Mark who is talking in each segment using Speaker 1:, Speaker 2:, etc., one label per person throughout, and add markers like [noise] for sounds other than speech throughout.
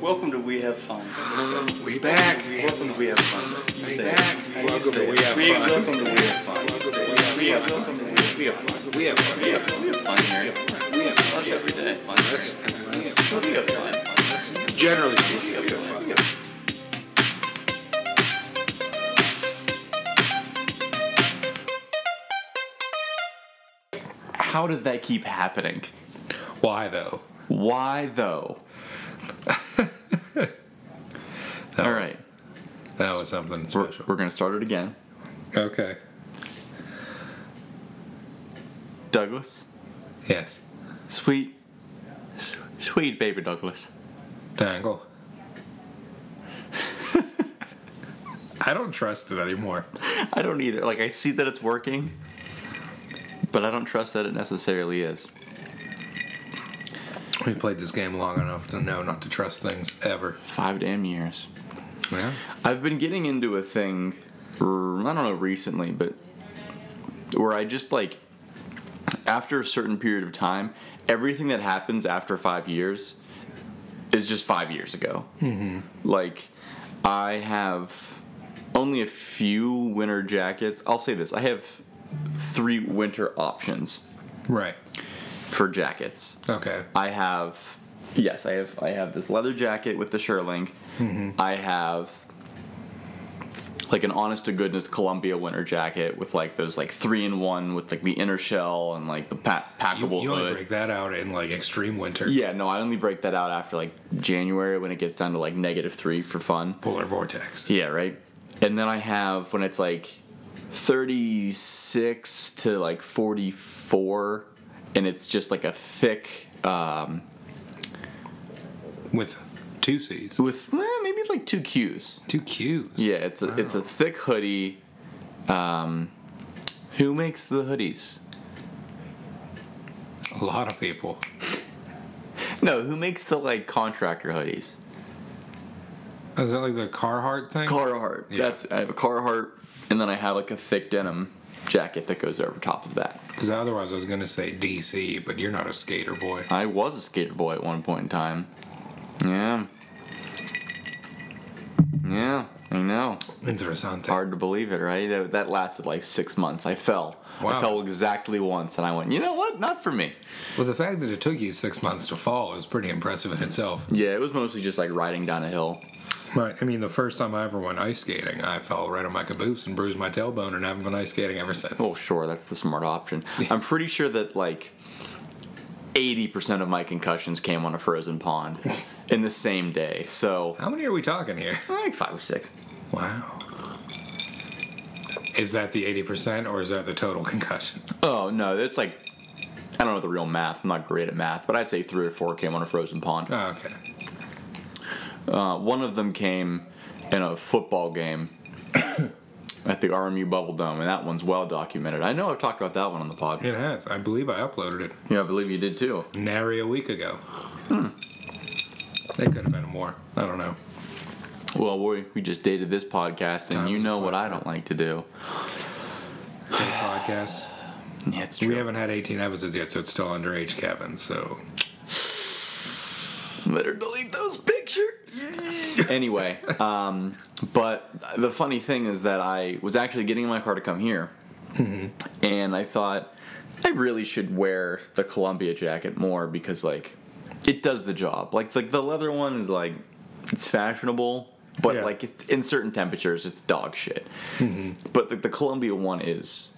Speaker 1: Welcome to We Have Fun.
Speaker 2: We back.
Speaker 1: Welcome to We Have Fun. You
Speaker 2: We
Speaker 1: say
Speaker 2: back.
Speaker 1: it.
Speaker 2: Welcome
Speaker 1: You say
Speaker 2: to
Speaker 1: it.
Speaker 2: We Have
Speaker 1: We
Speaker 2: Fun.
Speaker 1: welcome to We Have Fun. You say it. We have welcome to We- We Have Fun.
Speaker 2: We have fun.
Speaker 1: We have fun. We have fun here. We have fun every day. Fun
Speaker 2: That's,
Speaker 1: here.
Speaker 2: that's
Speaker 1: We have fun.
Speaker 2: generally speaking.
Speaker 1: We have fun. We have fun.
Speaker 3: How does that keep happening?
Speaker 4: Why though?
Speaker 3: Why
Speaker 4: [laughs]
Speaker 3: though? All right,
Speaker 4: That was something
Speaker 3: we're,
Speaker 4: special.
Speaker 3: we're gonna start it again.
Speaker 4: Okay.
Speaker 3: Douglas,
Speaker 4: Yes.
Speaker 3: sweet, s- sweet baby Douglas.
Speaker 4: Dangle. [laughs] I don't trust it anymore.
Speaker 3: I don't either. Like I see that it's working, but I don't trust that it necessarily is.
Speaker 4: We've played this game long enough to know not to trust things ever.
Speaker 3: Five damn years.
Speaker 4: Yeah.
Speaker 3: I've been getting into a thing, r- I don't know recently, but where I just like, after a certain period of time, everything that happens after five years is just five years ago. Mm-hmm. Like, I have only a few winter jackets. I'll say this I have three winter options
Speaker 4: Right.
Speaker 3: for jackets.
Speaker 4: Okay.
Speaker 3: I have yes, I have I have this leather jacket with the shirling.
Speaker 4: Mm-hmm.
Speaker 3: I have like an honest to goodness Columbia winter jacket with like those like three in one with like the inner shell and like the pa-
Speaker 4: You,
Speaker 3: packable
Speaker 4: you only
Speaker 3: hood.
Speaker 4: break that out in like extreme winter.
Speaker 3: yeah, no, I only break that out after like January when it gets down to like negative three for fun.
Speaker 4: Polar vortex.
Speaker 3: Yeah, right. And then I have when it's like 36 to like 44 and it's just like a thick um
Speaker 4: With two C's.
Speaker 3: with eh, maybe like two Qs.
Speaker 4: Two Q's.
Speaker 3: Yeah, it's a it's a thick hoodie. Um, who makes the hoodies?
Speaker 4: A lot of people.
Speaker 3: No, who makes the like contractor hoodies?
Speaker 4: Is that like the Carhartt thing?
Speaker 3: Carhartt.
Speaker 4: Yeah.
Speaker 3: That's I have a Carhartt, and then I have like a thick denim jacket that goes over top of that.
Speaker 4: Because otherwise I was going to say DC, but you're not a skater boy.
Speaker 3: I was a skater boy at one point in time. Yeah. Yeah, I know.
Speaker 4: Interessante.
Speaker 3: Hard to believe it, right? That, that lasted like six months. I fell. I
Speaker 4: Wow.
Speaker 3: fell exactly once, and I went, you know what? Not for me.
Speaker 4: Well, the fact that it took you six months to fall is pretty impressive in itself.
Speaker 3: Yeah, it was mostly just like riding down a hill.
Speaker 4: Right. I mean, the first time I ever went ice skating, I fell right on my caboose and bruised my tailbone, and haven't been ice skating ever since.
Speaker 3: Oh, sure, that's the smart option. I'm pretty sure that like 80% of my concussions came on a frozen pond in the same day. So,
Speaker 4: How many are we talking here?
Speaker 3: like five or six.
Speaker 4: Wow. Is that the 80% or is that the total [laughs] concussions?
Speaker 3: Oh, no, it's like I don't know the real math. I'm not great at math, but I'd say three or four came on a frozen pond.
Speaker 4: Oh, okay.
Speaker 3: Uh, one of them came in a football game [coughs] at the RMU Bubble Dome, and that one's well documented. I know I've talked about that one on the pod.
Speaker 4: It has. I believe I uploaded it
Speaker 3: Yeah, I believe you did too.
Speaker 4: nary a week ago.
Speaker 3: Hmm.
Speaker 4: It could have been more. I don't know.
Speaker 3: Well, we, we just dated this podcast, and
Speaker 4: Time
Speaker 3: you
Speaker 4: is
Speaker 3: know what I
Speaker 4: flexible.
Speaker 3: don't like to do.
Speaker 4: Big podcast.
Speaker 3: Yeah, it's true.
Speaker 4: We haven't had 18 episodes yet, so it's still underage, Kevin. So
Speaker 3: Better delete those pictures. anyway, um, but the funny thing is that I was actually getting in my car to come here, and I thought I really should wear the Columbia jacket more because like it does the job. Like like the leather one is like it's fashionable, but
Speaker 4: Yeah.
Speaker 3: like it's, in certain temperatures it's dog shit. But the, the Columbia one is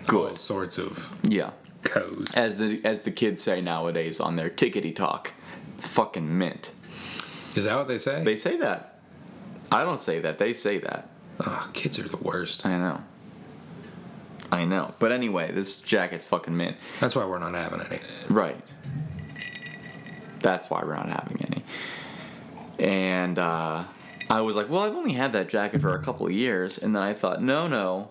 Speaker 4: all
Speaker 3: good.
Speaker 4: sorts of
Speaker 3: Yeah,
Speaker 4: codes.
Speaker 3: as the as the kids say nowadays on their tickety talk, it's fucking mint.
Speaker 4: Is that what they say?
Speaker 3: They say that. I don't say that. They say that.
Speaker 4: Ah, kids are the worst.
Speaker 3: I know. I know. But anyway, this jacket's fucking mint.
Speaker 4: That's why we're not having any.
Speaker 3: Right. That's why we're not having any. And uh, I was like, well, I've only had that jacket for a couple of years. And then I thought, no, no.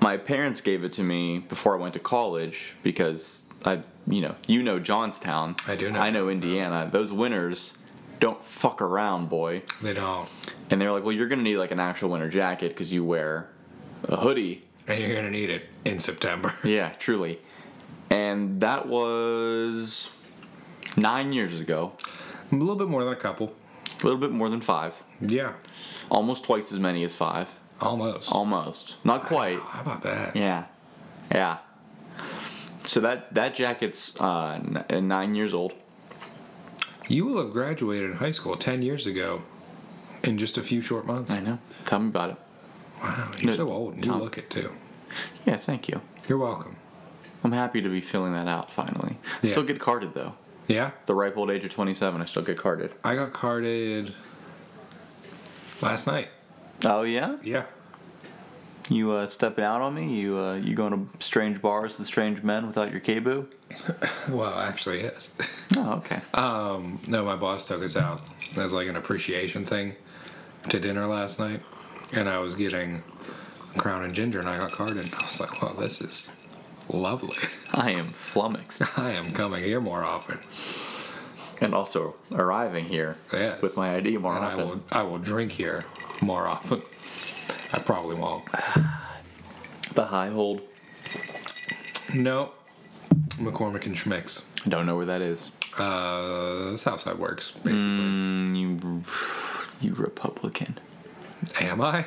Speaker 3: My parents gave it to me before I went to college because I, you know, you know Johnstown.
Speaker 4: I do know
Speaker 3: I know
Speaker 4: Johnstown.
Speaker 3: Indiana. Those winters don't fuck around, boy.
Speaker 4: They don't.
Speaker 3: And they were like, well, you're going to need like an actual winter jacket because you wear a hoodie.
Speaker 4: And you're gonna need it in September. [laughs]
Speaker 3: Yeah, truly. And that was nine years ago.
Speaker 4: A little bit more than a couple.
Speaker 3: A little bit more than five.
Speaker 4: Yeah,
Speaker 3: Almost twice as many as five.
Speaker 4: almost.
Speaker 3: Almost. Not quite.
Speaker 4: How about that?
Speaker 3: Yeah. Yeah. So that that jacket's uh, n- uh, nine years old.
Speaker 4: You will have graduated high school 10 years ago in just a few short months.
Speaker 3: I know. Tell me about it.
Speaker 4: Wow, you're
Speaker 3: No,
Speaker 4: so old and you
Speaker 3: Tom.
Speaker 4: look it too.
Speaker 3: Yeah, thank you.
Speaker 4: You're welcome.
Speaker 3: I'm happy to be filling that out finally. I
Speaker 4: Yeah.
Speaker 3: Still get carded though.
Speaker 4: Yeah,
Speaker 3: At the ripe old age of 27, I still get carded.
Speaker 4: I got carded last night.
Speaker 3: Oh yeah?
Speaker 4: Yeah.
Speaker 3: You uh, stepping out on me? You uh, you going to strange bars with strange men without your keboo?
Speaker 4: Well, actually, yes. [laughs]
Speaker 3: Oh okay.
Speaker 4: Um, no, my boss took us out as like an appreciation thing to dinner last night, and I was getting crown and ginger, and I got carded. I was like, "Wow, this is lovely.
Speaker 3: I
Speaker 4: [laughs]
Speaker 3: am flummoxed
Speaker 4: I am coming here more often,
Speaker 3: and also arriving here
Speaker 4: Yes.
Speaker 3: with my ID more
Speaker 4: and I
Speaker 3: often.
Speaker 4: will I will drink here more often. I probably won't.
Speaker 3: The high hold.
Speaker 4: No, McCormick and Schmicks,
Speaker 3: I don't know where that is.
Speaker 4: uh, Southside Works, basically.
Speaker 3: Mm, you you Republican.
Speaker 4: Am I?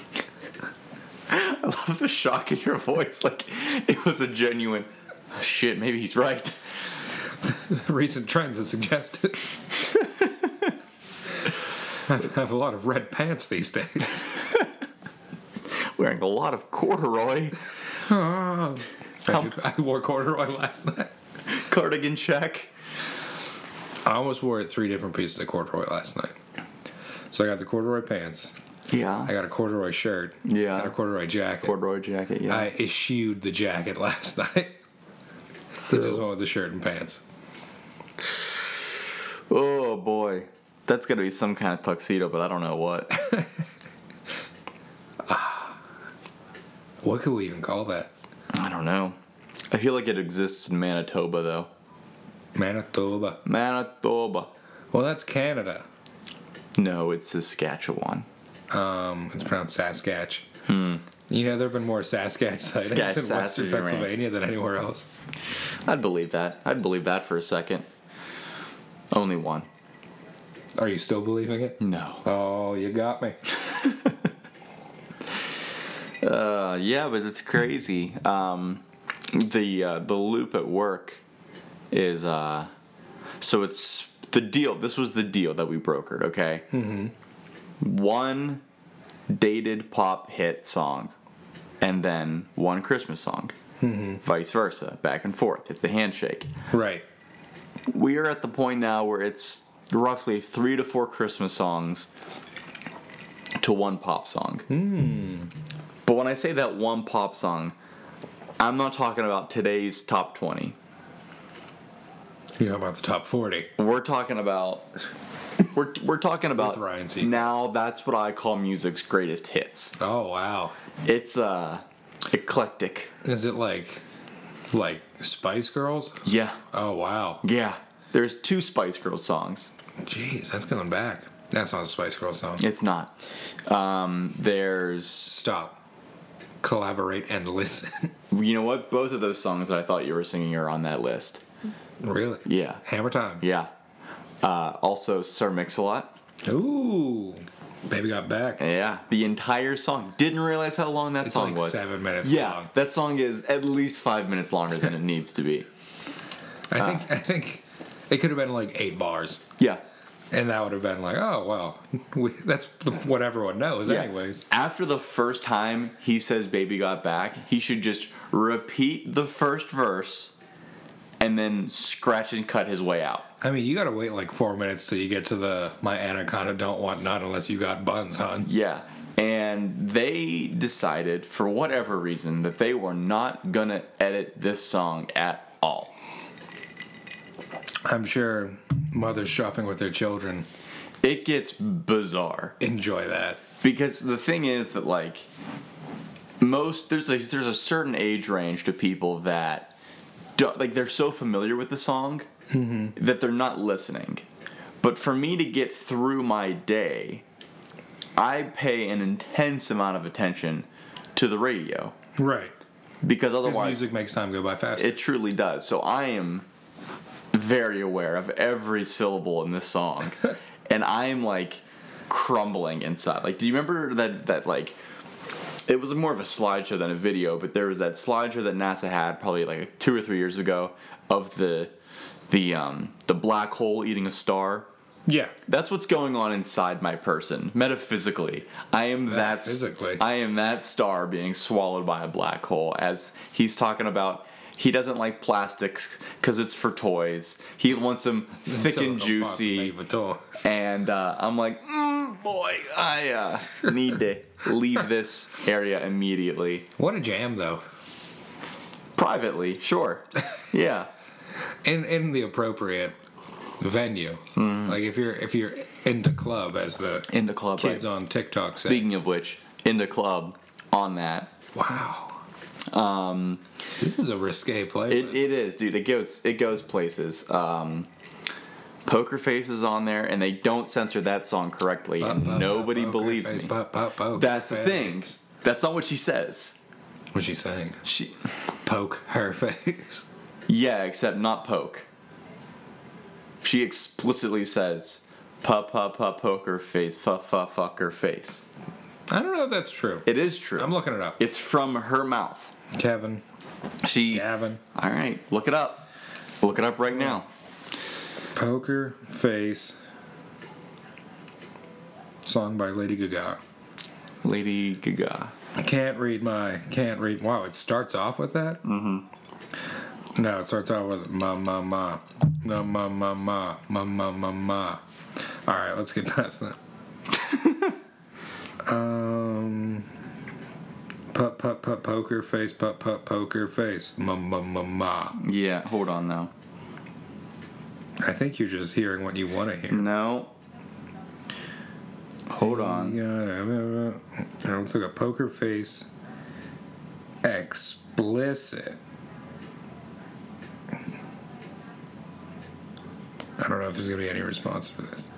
Speaker 3: [laughs]
Speaker 4: [laughs]
Speaker 3: I love the shock in your voice. Like it was a genuine "Oh, shit. Maybe he's right. [laughs]
Speaker 4: Recent trends have suggested. I have a lot of red pants these days.
Speaker 3: Wearing a lot of corduroy, [laughs]
Speaker 4: Ah. I, did- I wore corduroy [laughs] last night.
Speaker 3: cardigan check.
Speaker 4: I almost wore three different pieces of corduroy last night. So I got the corduroy pants,
Speaker 3: Yeah.
Speaker 4: I got a corduroy shirt,
Speaker 3: Yeah.
Speaker 4: and a corduroy jacket.
Speaker 3: corduroy jacket. Yeah.
Speaker 4: I issued the jacket [laughs] last night. I just went with the shirt and pants.
Speaker 3: oh boy, that's gonna be some kind of tuxedo, but I don't know what.
Speaker 4: What could we even call that?
Speaker 3: I don't know. I feel like it exists in Manitoba though.
Speaker 4: Manitoba.
Speaker 3: Manitoba.
Speaker 4: Well, that's Canada.
Speaker 3: No, it's Saskatchewan.
Speaker 4: Um, it's pronounced Saskatch. You know, there have been more Hmm. Saskatch [laughs] sightings
Speaker 3: Skatch,
Speaker 4: in
Speaker 3: Saskatch,
Speaker 4: western
Speaker 3: you're right.
Speaker 4: Pennsylvania than anywhere else.
Speaker 3: I'd believe that. I'd believe that for a second. Only one.
Speaker 4: Are you still believing it?
Speaker 3: No.
Speaker 4: Oh, you got me.
Speaker 3: Uh, yeah, but it's crazy. Um, the uh, the loop at work is uh, so it's the deal. This was the deal that we brokered. Okay. Mm-hmm. One dated pop hit song, and then one Christmas song. Mm-hmm. Vice versa, back and forth. It's a handshake.
Speaker 4: Right.
Speaker 3: we are at the point now where it's roughly three to four Christmas songs to one pop song.
Speaker 4: Hmm.
Speaker 3: But when I say that one pop song, I'm not talking about today's top 20.
Speaker 4: You know about the top 40.
Speaker 3: We're talking about we're, we're talking about
Speaker 4: With Ryan Seacrest.
Speaker 3: now that's what I call music's greatest hits.
Speaker 4: Oh, wow.
Speaker 3: It's uh eclectic.
Speaker 4: Is it like like Spice Girls?
Speaker 3: Yeah.
Speaker 4: Oh, wow.
Speaker 3: Yeah. There's two Spice Girls songs.
Speaker 4: Jeez, that's going back. That's not a Spice Girl song.
Speaker 3: It's not. Um, there's
Speaker 4: Stop. Collaborate and listen. [laughs]
Speaker 3: You know what? Both of those songs that I thought you were singing are on that list.
Speaker 4: really?
Speaker 3: Yeah.
Speaker 4: Hammer time.
Speaker 3: Yeah. Uh, also, Sir Mix-a-Lot.
Speaker 4: Ooh. Baby got back.
Speaker 3: Yeah. The entire song. Didn't realize how long that
Speaker 4: It's
Speaker 3: song
Speaker 4: like
Speaker 3: was.
Speaker 4: seven minutes
Speaker 3: yeah.
Speaker 4: long.
Speaker 3: That song is at least five minutes longer
Speaker 4: [laughs]
Speaker 3: than it needs to be.
Speaker 4: I think I think it could have been like eight bars.
Speaker 3: Yeah.
Speaker 4: And that would have been like, oh, well, [laughs] we, that's what everyone knows,
Speaker 3: Yeah.
Speaker 4: anyways.
Speaker 3: After the first time he says Baby Got Back, he should just repeat the first verse and then scratch and cut his way out.
Speaker 4: I mean, you gotta wait like four minutes till you get to the my anaconda don't want none unless you got buns, hon.
Speaker 3: Yeah. And they decided, for whatever reason, that they were not gonna edit this song at all.
Speaker 4: I'm sure mothers shopping with their children
Speaker 3: It gets bizarre
Speaker 4: enjoy that.
Speaker 3: because the thing is that like most there's a there's a certain age range to people that don't, like they're so familiar with the song that they're not listening. But for me to get through my day, I pay an intense amount of attention to the radio
Speaker 4: Right.
Speaker 3: because
Speaker 4: Because
Speaker 3: otherwise
Speaker 4: music makes time go by faster.
Speaker 3: It truly does. So I am very aware of every syllable in this song, and I'm like crumbling inside. Like, do you remember that that like? It was more of a slideshow than a video, but there was that slideshow that NASA had probably like two or three years ago of the the um, the black hole eating a star.
Speaker 4: Yeah.
Speaker 3: That's what's going on inside my person, metaphysically. I am that
Speaker 4: Metaphysically.
Speaker 3: I am that star being swallowed by a black hole. As he's talking about, he doesn't like plastics because it's for toys. He wants
Speaker 4: [laughs]
Speaker 3: them thick
Speaker 4: Silicone
Speaker 3: and
Speaker 4: box
Speaker 3: juicy.
Speaker 4: made with toys.
Speaker 3: And uh, I'm like, mm, boy, I
Speaker 4: [laughs]
Speaker 3: uh, need to leave this area immediately.
Speaker 4: What a jam, though.
Speaker 3: Privately,
Speaker 4: [laughs]
Speaker 3: sure. Yeah.
Speaker 4: in in the appropriate venue.
Speaker 3: Hmm.
Speaker 4: Like if you're if you're in the club, as the
Speaker 3: In the club.
Speaker 4: kids
Speaker 3: right?
Speaker 4: on TikTok say.
Speaker 3: Speaking of which, in the club, on that.
Speaker 4: Wow. this is a risque
Speaker 3: Um, It,
Speaker 4: playlist.
Speaker 3: it is, dude. It goes it goes places. Um, Poker Face is on there, and they don't censor that song correctly,
Speaker 4: Pop,
Speaker 3: and
Speaker 4: pop,
Speaker 3: nobody
Speaker 4: pop, poker
Speaker 3: believes
Speaker 4: face,
Speaker 3: me.
Speaker 4: pop, pop, poke
Speaker 3: That's the
Speaker 4: face.
Speaker 3: thing. That's not what she says.
Speaker 4: What's she saying?
Speaker 3: She,
Speaker 4: Poke her [laughs] face.
Speaker 3: yeah, except not poke. She explicitly says, "Pa pa pa poker face, fa fa fucker face."
Speaker 4: I don't know if that's true.
Speaker 3: It is true.
Speaker 4: I'm looking it up.
Speaker 3: It's from her mouth.
Speaker 4: Kevin,
Speaker 3: She.
Speaker 4: Gavin,
Speaker 3: All right, look it up. Look it up right now.
Speaker 4: poker face. Song by Lady Gaga.
Speaker 3: Lady Gaga.
Speaker 4: Can't read my can't read. Wow, it starts off with that. Mm-hmm. No, it starts off with ma ma ma, ma ma ma ma ma ma ma ma. All right, let's get past that. um, put put put poker face, put put poker face, ma ma ma ma.
Speaker 3: Yeah, hold on though.
Speaker 4: I think you're just hearing what you want to hear.
Speaker 3: No. Hold on.
Speaker 4: Yeah, it's like a poker face. Explicit. I don't know if there's gonna be any response for this.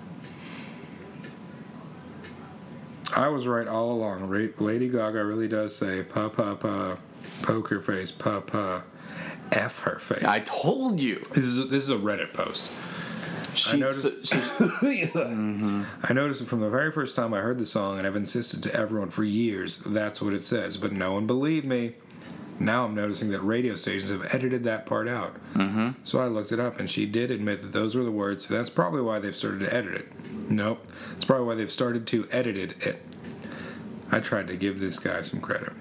Speaker 4: I was right all along. Ra- Lady Gaga really does say pa pa pa, poker face pa pa, f her face.
Speaker 3: I told you.
Speaker 4: this is a, this is a Reddit post.
Speaker 3: She,
Speaker 4: noticed-
Speaker 3: so- so-
Speaker 4: I noticed it from the very first time I heard the song, and I've insisted to everyone for years that's what it says, but no one believed me. Now I'm noticing that radio stations have edited that part out. Mm-hmm. So I looked it up, and she did admit that those were the words, so that's probably why they've started to edit it. Nope, that's probably why they've started to edited it. I tried to give this guy some credit.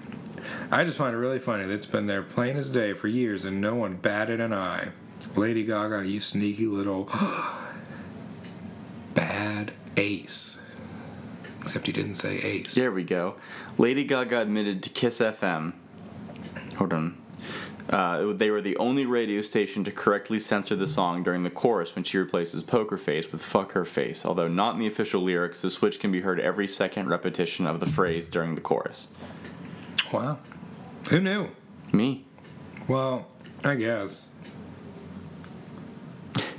Speaker 4: I just find it really funny that it's been there plain as day for years, and no one batted an eye. Lady Gaga, you sneaky little. [gasps] bad ace. Except he didn't say ace.
Speaker 3: there we go. Lady Gaga admitted to Kiss FM. Hold on. Uh, they were the only radio station to correctly censor the song during the chorus when she replaces poker face with fuck her face. Although not in the official lyrics, the switch can be heard every second repetition of the phrase during the chorus.
Speaker 4: Wow. Who knew?
Speaker 3: Me.
Speaker 4: Well, I guess.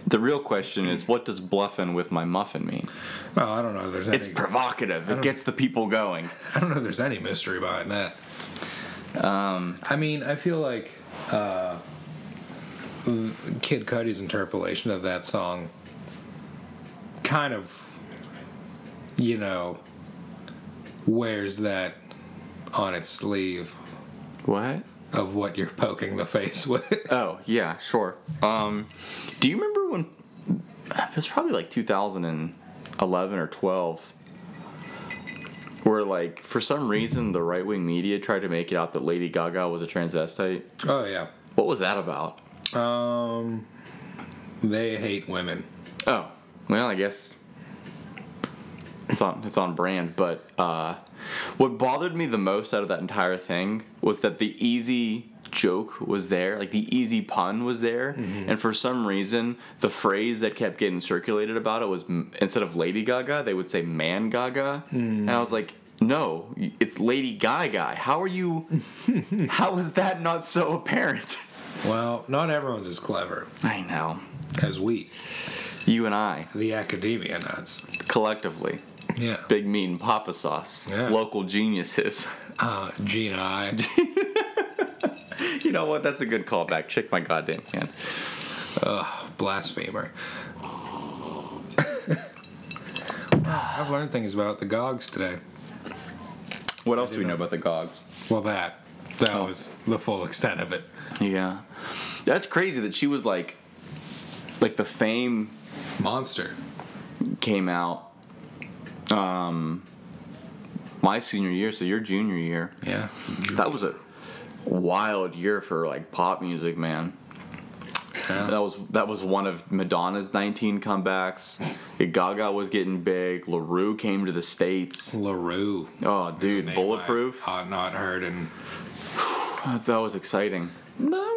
Speaker 3: The real question is what does bluffin' with my muffin mean?
Speaker 4: Well, I don't know. If there's
Speaker 3: It's
Speaker 4: any,
Speaker 3: provocative, it gets the people going.
Speaker 4: I don't know. If there's any mystery behind that. Um. I mean, I feel like uh, Kid Cudi's interpolation of that song kind of, you know, wears that on its sleeve
Speaker 3: What?
Speaker 4: of what you're poking the face with.
Speaker 3: Oh yeah, sure. Um, do you remember when? It was probably like 2011 or 12, where like for some reason the right wing media tried to make it out that Lady Gaga was a transvestite.
Speaker 4: [laughs] oh yeah.
Speaker 3: What was that about?
Speaker 4: Um, they hate women.
Speaker 3: Oh, well, I guess it's on it's on brand. But uh, what bothered me the most out of that entire thing was that the easy joke was there, like the easy pun was there, and for some reason the phrase that kept getting circulated about it was m- instead of Lady Gaga, they would say Man Gaga, and I was like. No, y- it's Lady Gaga. How are [laughs] you? how is that not so apparent?
Speaker 4: Well, not everyone's as clever
Speaker 3: I know.
Speaker 4: as we,
Speaker 3: You and I,
Speaker 4: the academia nuts.
Speaker 3: collectively.
Speaker 4: Yeah.
Speaker 3: Big mean Papa Sauce.
Speaker 4: Yeah.
Speaker 3: Local geniuses. [laughs]
Speaker 4: Uh, Gene [laughs] I.
Speaker 3: you know what? That's a good callback. Check my goddamn hand.
Speaker 4: blasphemer. Wow, [laughs] I've learned things about the Gogs today.
Speaker 3: What else do we know about the Gogs?
Speaker 4: Well, that that
Speaker 3: Oh.
Speaker 4: was the full extent of it.
Speaker 3: Yeah, that's crazy that she was like, like the fame
Speaker 4: Monster.
Speaker 3: came out, um, my senior year, so your junior year.
Speaker 4: Yeah.
Speaker 3: That was a wild year for like pop music, man. That was that was one of Madonna's 19 comebacks. Gaga was getting big. Larue came to the states.
Speaker 4: Larue.
Speaker 3: Oh, dude,
Speaker 4: Name
Speaker 3: bulletproof.
Speaker 4: I Ought not heard and
Speaker 3: That was exciting.
Speaker 4: Wow,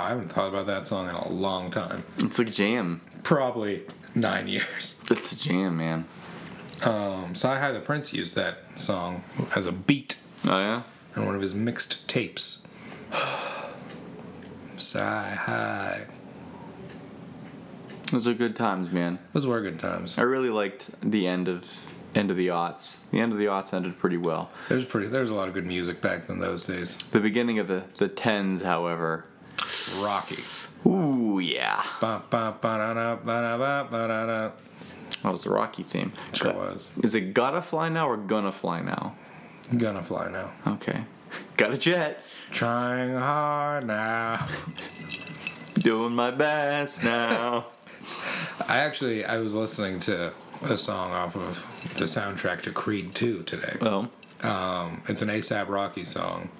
Speaker 4: I haven't thought about that song in a long time.
Speaker 3: It's a jam.
Speaker 4: Probably nine years.
Speaker 3: It's a jam, man.
Speaker 4: Um, Sci High the Prince used that song as a beat
Speaker 3: Oh yeah.
Speaker 4: on one of his mixed tapes. [sighs] Sci High.
Speaker 3: Those are good times, man.
Speaker 4: Those were good times.
Speaker 3: I really liked the end of end of the aughts. The end of the aughts ended pretty well.
Speaker 4: There's pretty. There's a lot of good music back in those days.
Speaker 3: The beginning of the the tens, however.
Speaker 4: Rocky.
Speaker 3: Ooh yeah.
Speaker 4: Ba ba ba da da ba da ba ba da da.
Speaker 3: That was the Rocky theme.
Speaker 4: Sure was.
Speaker 3: Is it gotta fly now or gonna fly now?
Speaker 4: Gonna fly now.
Speaker 3: Okay. Got a jet.
Speaker 4: Trying hard now.
Speaker 3: Doing my best now.
Speaker 4: I actually I was listening to a song off of the soundtrack to Creed 2 today.
Speaker 3: [laughs] well,
Speaker 4: Um, it's an ASAP Rocky song.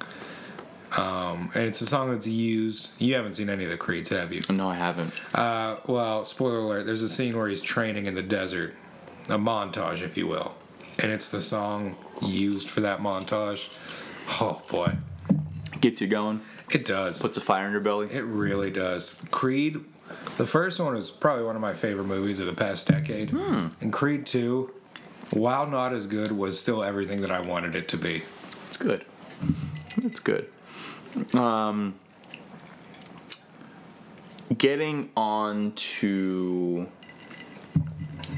Speaker 4: Um, and it's a song that's used. You haven't seen any of the Creeds, have you?
Speaker 3: no, I haven't.
Speaker 4: Uh, well, spoiler alert. There's a scene where he's training in the desert, a montage, if you will, and it's the song used for that montage. Oh boy,
Speaker 3: Gets you going.
Speaker 4: it does.
Speaker 3: Puts a fire in your belly.
Speaker 4: It really does. Creed, the first one is probably one of my favorite movies of the past decade.
Speaker 3: Hmm.
Speaker 4: And Creed 2, while not as good, was still everything that I wanted it to be.
Speaker 3: It's good. It's good. Um, getting on to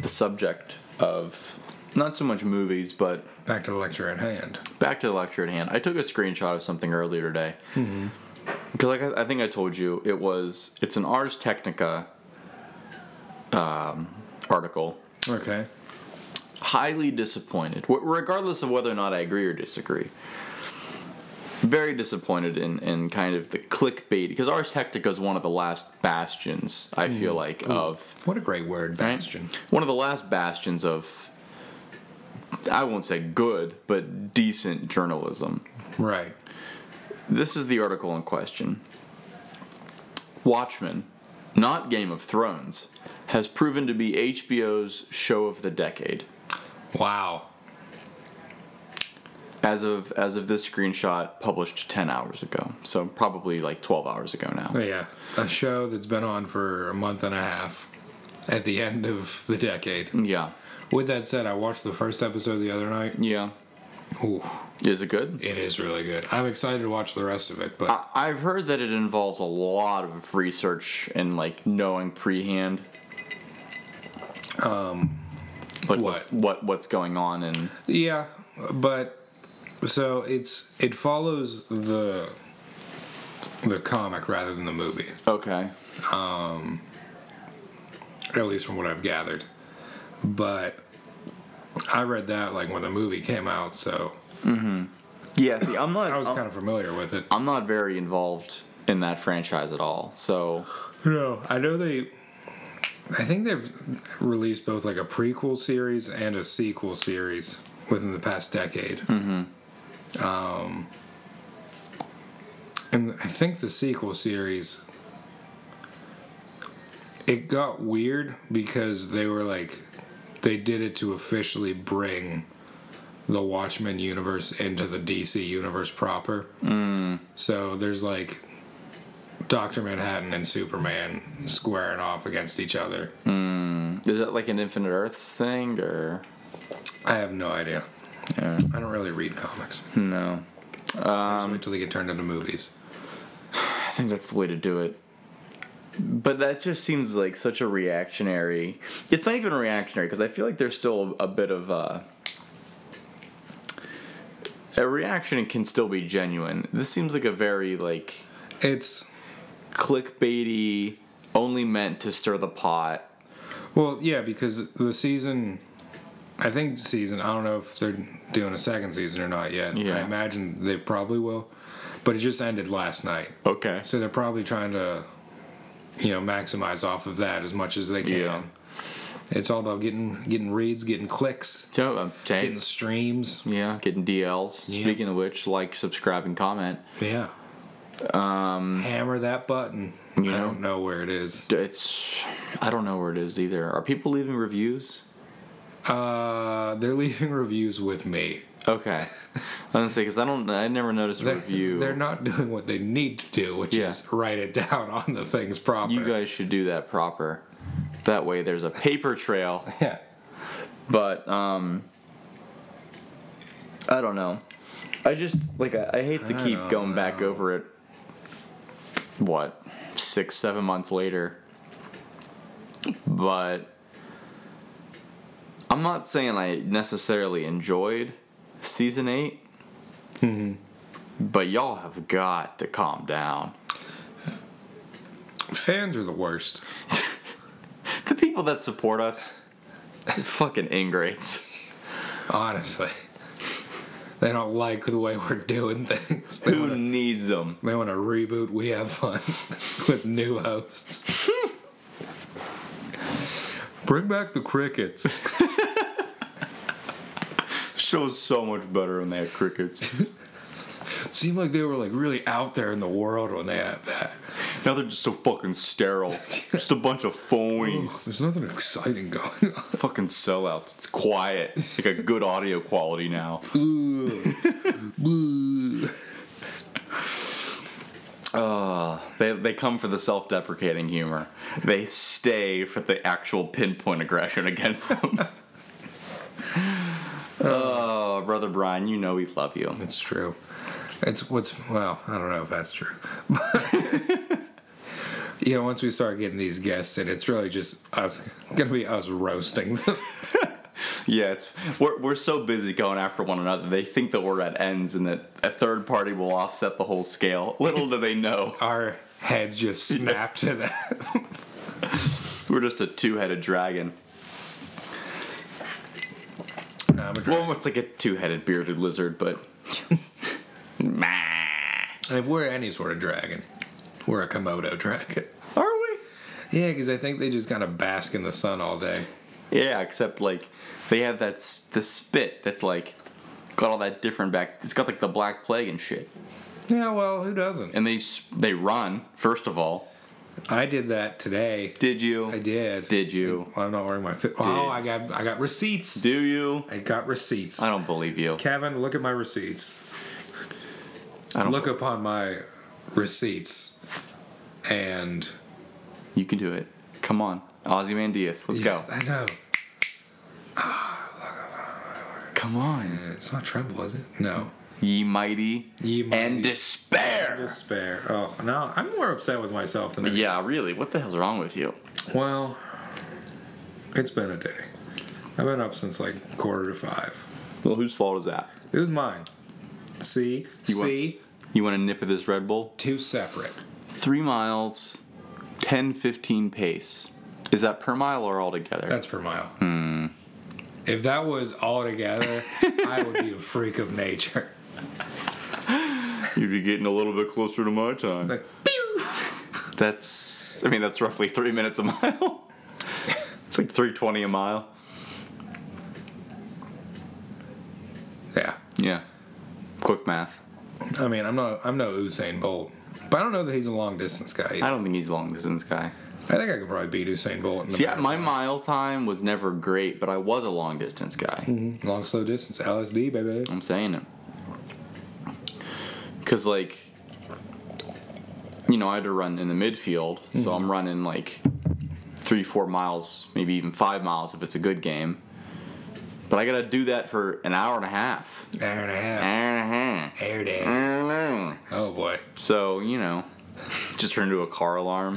Speaker 3: the subject of not so much movies, but
Speaker 4: Back to the lecture at hand.
Speaker 3: back to the lecture at hand. I took a screenshot of something earlier today because, like, I, I think I told you it was it's an Ars Technica um, article.
Speaker 4: Okay.
Speaker 3: Highly disappointed, w- regardless of whether or not I agree or disagree. Very disappointed in, in kind of the clickbait because Ars Technica is one of the last bastions I feel like of
Speaker 4: What a great word,
Speaker 3: right?
Speaker 4: Bastion.
Speaker 3: One of the last bastions of, I won't say good, but decent journalism.
Speaker 4: Right.
Speaker 3: This is the article in question. Watchmen, not Game of Thrones, has proven to be HBO's show of the decade.
Speaker 4: Wow.
Speaker 3: As of as of this screenshot published 10 hours ago. So probably like 12 hours ago now.
Speaker 4: But Oh, yeah, a show that's been on for a month and a half at the end of the decade.
Speaker 3: Yeah.
Speaker 4: With that said, I watched the first episode the other night.
Speaker 3: Yeah.
Speaker 4: Ooh,
Speaker 3: Is it good?
Speaker 4: it is really good. I'm excited to watch the rest of it, but
Speaker 3: I- I've heard that it involves a lot of research and like knowing prehand. Um like
Speaker 4: what?
Speaker 3: what's what what's going on and
Speaker 4: Yeah, but so it's it follows the the comic rather than the movie,
Speaker 3: okay.
Speaker 4: at least from what I've gathered. But I read that like when the movie came out, so
Speaker 3: Yeah, see, I'm not
Speaker 4: I was
Speaker 3: I'm-
Speaker 4: kind of familiar with it.
Speaker 3: I'm not very involved in that franchise at all. So
Speaker 4: No, I know they. I think they've released both like a prequel series and a sequel series within the past decade. Mm-hmm. Um, and I think the sequel series. It got weird because they were like, they did it to officially bring the Watchmen universe into the DC universe proper. Mm. So there's like Doctor Manhattan and Superman squaring off against each other.
Speaker 3: is that like an Infinite Earths thing or
Speaker 4: I have no idea.
Speaker 3: Yeah. Um,
Speaker 4: I don't really read comics.
Speaker 3: no?
Speaker 4: I just wait till they get turned into movies.
Speaker 3: I think that's the way to do it. But that just seems like such a reactionary. It's not even reactionary because I feel like there's still a bit of uh, a reaction can still be genuine. This seems like a very like
Speaker 4: It's
Speaker 3: clickbaity, only meant to stir the pot.
Speaker 4: Well, yeah, because the season, I think season. I don't know if they're doing a second season or not yet.
Speaker 3: Yeah.
Speaker 4: I imagine they probably will, but it just ended last night,
Speaker 3: Okay.
Speaker 4: so they're probably trying to, you know, maximize off of that as much as they can.
Speaker 3: Yeah.
Speaker 4: It's all about getting getting reads, getting clicks,
Speaker 3: So, um, okay.
Speaker 4: getting streams.
Speaker 3: yeah, getting DLs. Speaking of which, like, subscribe, and comment.
Speaker 4: Yeah. Um, Hammer that button.
Speaker 3: You
Speaker 4: I
Speaker 3: know?
Speaker 4: don't know where it is.
Speaker 3: It's I don't know where it is either. Are people leaving reviews?
Speaker 4: Uh, they're leaving reviews with me.
Speaker 3: Okay, [laughs] I don't say because I don't. I never noticed a
Speaker 4: They're,
Speaker 3: review.
Speaker 4: they're not doing what they need to do, which
Speaker 3: Yeah.
Speaker 4: is write it down [laughs] on the things proper.
Speaker 3: you guys should do that proper. That way, there's a paper trail.
Speaker 4: yeah.
Speaker 3: But um, I don't know. I just like I, I hate to
Speaker 4: I
Speaker 3: keep
Speaker 4: don't
Speaker 3: going back
Speaker 4: know.
Speaker 3: over it. What six, seven months later, but I'm not saying I necessarily enjoyed season 8
Speaker 4: Mm-hmm.
Speaker 3: But y'all have got to calm down.
Speaker 4: Fans are the worst.
Speaker 3: The people that support us, fucking ingrates.
Speaker 4: Honestly. They don't like the way we're doing things. They
Speaker 3: Who
Speaker 4: want
Speaker 3: needs them?
Speaker 4: to reboot We Have Fun [laughs] with new
Speaker 3: [laughs]
Speaker 4: hosts. Bring back the crickets.
Speaker 3: Show's so much better when they have crickets.
Speaker 4: Seemed like they were like really out there in the world when they had that.
Speaker 3: Now they're just so fucking sterile. just a bunch of phonies.
Speaker 4: There's nothing exciting going
Speaker 3: [laughs]
Speaker 4: on.
Speaker 3: fucking sellouts. It's quiet. Like a good audio quality now. Uh, they, they come for the self deprecating humor. They stay for the actual pinpoint aggression against them. [laughs] oh, Brother Brian, you know we love you.
Speaker 4: It's true. It's what's well, I don't know if that's true. [laughs] you know, once we start getting these guests in, it's really just us gonna be us roasting [laughs] them.
Speaker 3: Yeah, it's we're, we're so busy going after one another. They think that we're at ends and that a third party will offset the whole scale. Little do they know,
Speaker 4: Our heads just snap to that.
Speaker 3: we're just a two-headed dragon.
Speaker 4: No, I'm a dra-
Speaker 3: Well, it's like a two-headed bearded lizard, but Meh.
Speaker 4: if we're any sort of dragon, we're a Komodo dragon.
Speaker 3: are we?
Speaker 4: Yeah, because I think they just kind of bask in the sun all day.
Speaker 3: Yeah, except like they have that s- the spit that's like got all that different back. It's got like the black plague and shit.
Speaker 4: Yeah, well, who doesn't?
Speaker 3: And they s- they run first of all.
Speaker 4: I did that today.
Speaker 3: Did you?
Speaker 4: I did.
Speaker 3: Did you?
Speaker 4: I'm not wearing my fit. Oh, I got I got receipts.
Speaker 3: Do you?
Speaker 4: I got receipts.
Speaker 3: I don't believe you.
Speaker 4: Kevin, look at my receipts.
Speaker 3: I don't
Speaker 4: look upon my receipts and
Speaker 3: You can do it. Come on. Ozzy Mandias. Let's
Speaker 4: Yes,
Speaker 3: go.
Speaker 4: I know.
Speaker 3: Come on.
Speaker 4: It's not tremble, is it? No.
Speaker 3: Ye mighty,
Speaker 4: Ye mighty.
Speaker 3: and despair.
Speaker 4: Despair. Oh no, I'm more upset with myself than yeah.
Speaker 3: yeah, really. What the hell's wrong with you?
Speaker 4: Well, it's been a day. I've been up since like quarter to five.
Speaker 3: Well, whose fault is that?
Speaker 4: It was mine. See,
Speaker 3: You want-
Speaker 4: see,
Speaker 3: You want a nip of this Red Bull?
Speaker 4: two separate.
Speaker 3: Three miles, 10, 15 pace. Is that per mile or altogether?
Speaker 4: That's per mile. Hmm. If that was all together, I would be a freak of
Speaker 3: [laughs]
Speaker 4: nature.
Speaker 3: You'd be getting a little bit closer to my time.
Speaker 4: Like, pew!
Speaker 3: That's, I mean, that's roughly three minutes a mile. it's like 320 a mile.
Speaker 4: Yeah.
Speaker 3: Yeah. Quick math.
Speaker 4: I mean, I'm not. I'm no Usain Bolt, but I don't know that he's a long distance guy.
Speaker 3: I
Speaker 4: Either.
Speaker 3: don't think he's long distance guy.
Speaker 4: I think I could probably beat Usain Bolt. In the
Speaker 3: See, I- my
Speaker 4: marathon.
Speaker 3: mile time was never great, but I was a long distance guy.
Speaker 4: long slow distance LSD baby.
Speaker 3: I'm saying it. Because, like, you know, I had to run in the midfield,
Speaker 4: Mm-hmm.
Speaker 3: so I'm running like three, four miles, maybe even five miles if it's a good game. But I gotta do that for an hour and a half.
Speaker 4: Hour and a half.
Speaker 3: Hour and a half.
Speaker 4: Air day.
Speaker 3: Hour and a half.
Speaker 4: Oh boy.
Speaker 3: So, you know, [laughs] just turned into a car alarm.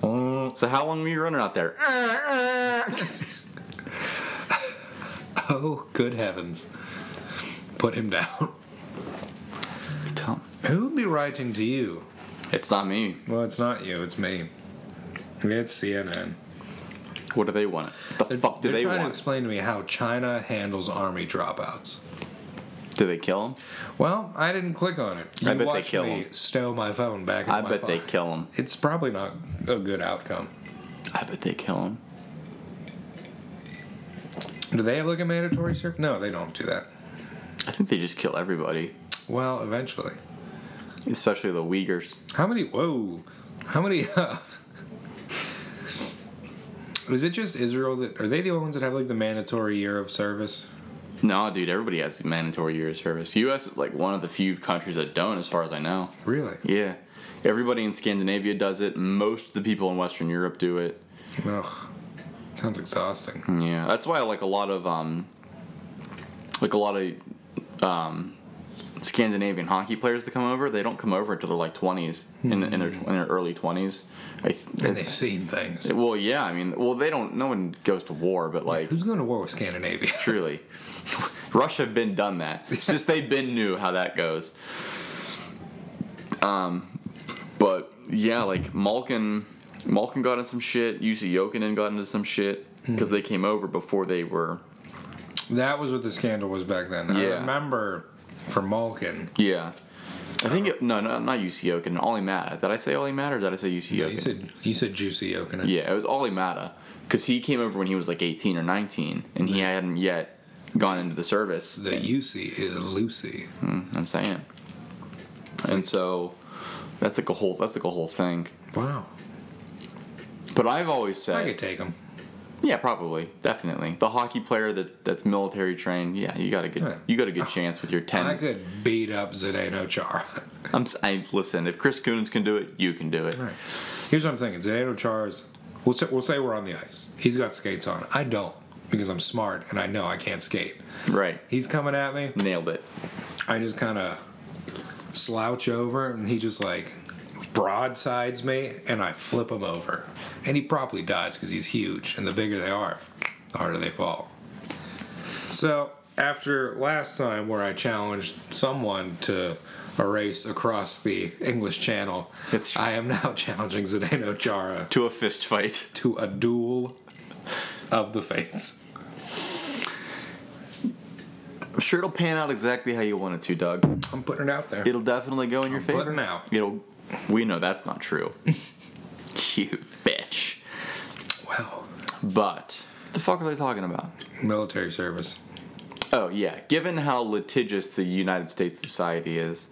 Speaker 3: So, how long were you running out there?
Speaker 4: Oh good heavens. Put him down. [laughs]
Speaker 3: Tell-
Speaker 4: Who would be writing to you
Speaker 3: It's not me.
Speaker 4: Well, it's not you, it's me. It's CNN.
Speaker 3: What do they want? The fuck do
Speaker 4: They're
Speaker 3: they
Speaker 4: trying to
Speaker 3: want?
Speaker 4: explain to me how China handles army dropouts.
Speaker 3: do they kill him?
Speaker 4: Well, I didn't click on it. You
Speaker 3: I bet they
Speaker 4: watched
Speaker 3: kill
Speaker 4: me
Speaker 3: 'em.
Speaker 4: stow my phone back. in
Speaker 3: I
Speaker 4: my
Speaker 3: bet they
Speaker 4: pocket.
Speaker 3: kill him.
Speaker 4: It's probably not a good outcome.
Speaker 3: I bet they kill him.
Speaker 4: Do they have like a mandatory circ? No, they don't do that.
Speaker 3: I think they just kill everybody,
Speaker 4: Well, eventually.
Speaker 3: especially the Uyghurs.
Speaker 4: How many? Whoa! How many? Uh, [laughs] is it just Israel that are they the only ones that have like the mandatory year of service?
Speaker 3: No, dude, everybody has mandatory year of service. U.S. is like one of the few countries that don't, as far as I know.
Speaker 4: Really?
Speaker 3: Yeah, everybody in Scandinavia does it. Most of the people in Western Europe do it.
Speaker 4: Ugh. Sounds exhausting.
Speaker 3: Yeah, that's why like a lot of um, like a lot of um, Scandinavian hockey players that come over, they don't come over until they're like twenties in, in their in their early twenties. I
Speaker 4: And
Speaker 3: th-
Speaker 4: they've seen things.
Speaker 3: well, yeah, I mean, well, they don't. No one goes to war, but like
Speaker 4: Who's going to war with Scandinavia?
Speaker 3: truly, [laughs] Russia have been done that since they've been knew how that goes. Um, but yeah, like Malkin, Malkin got in some shit. Yusi Jokinen got into some shit
Speaker 4: Hmm.
Speaker 3: because they came over before they were.
Speaker 4: That was what the scandal was back then. I
Speaker 3: Yeah.
Speaker 4: remember for Malkin.
Speaker 3: Yeah. I think it, no, no, not UC Okin. Ollie Matta. Did I say Ollie Matta or did I say UC
Speaker 4: Yeah,
Speaker 3: Okin?
Speaker 4: you said you said Juicy Okunin.
Speaker 3: yeah, it was Ollie Matta because he came over when he was like 18 or 19, and he hadn't yet gone into the service.
Speaker 4: The UC is Lucy.
Speaker 3: I'm saying. And so, that's like a whole that's like a whole thing.
Speaker 4: Wow.
Speaker 3: But I've always
Speaker 4: I could
Speaker 3: said,
Speaker 4: take him.
Speaker 3: yeah, probably, definitely, the hockey player that that's military trained, yeah, you got a good
Speaker 4: Yeah. Oh,
Speaker 3: you got a good chance with your
Speaker 4: I
Speaker 3: 10.
Speaker 4: could beat up Zdeno [laughs] Chara.
Speaker 3: I'm s- I listen. If Chris Coons can do it, you can do it.
Speaker 4: Right. Here's what I'm thinking. Zdeno Chara's. We'll say, we'll say we're on the ice. He's got skates on. I don't because I'm smart and I know I can't skate.
Speaker 3: right.
Speaker 4: He's coming at me.
Speaker 3: Nailed it.
Speaker 4: I just kind of slouch over, and he just like broadsides me, and I flip him over. And he probably dies because he's huge, and the bigger they are, the harder they fall. So after last time, where I challenged someone to a race across the English Channel,
Speaker 3: That's-
Speaker 4: I am now [laughs] challenging Zdeno Chara
Speaker 3: To a fist fight.
Speaker 4: to a duel of the fates.
Speaker 3: I'm sure it'll pan out exactly how you want it to, Doug.
Speaker 4: I'm putting it out there.
Speaker 3: It'll definitely go in your favor.
Speaker 4: putting out.
Speaker 3: It'll. We know that's
Speaker 4: [laughs]
Speaker 3: not true. you bitch.
Speaker 4: Wow.
Speaker 3: But what the fuck are they talking about?
Speaker 4: Military service.
Speaker 3: Oh yeah. Given how litigious the United States society is,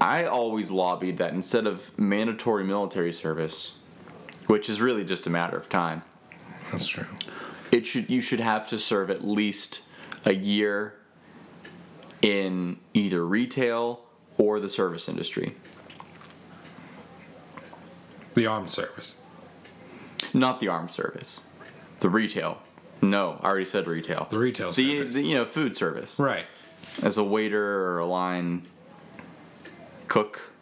Speaker 3: I always lobbied that instead of mandatory military service, which is really just a matter of time,
Speaker 4: That's true.
Speaker 3: it should you should have to serve at least a year in either retail or the service industry.
Speaker 4: The armed service.
Speaker 3: Not the armed service. The retail. No, I already said retail.
Speaker 4: The retail
Speaker 3: The,
Speaker 4: service.
Speaker 3: the, you know, food service.
Speaker 4: right.
Speaker 3: As a waiter or a line cook.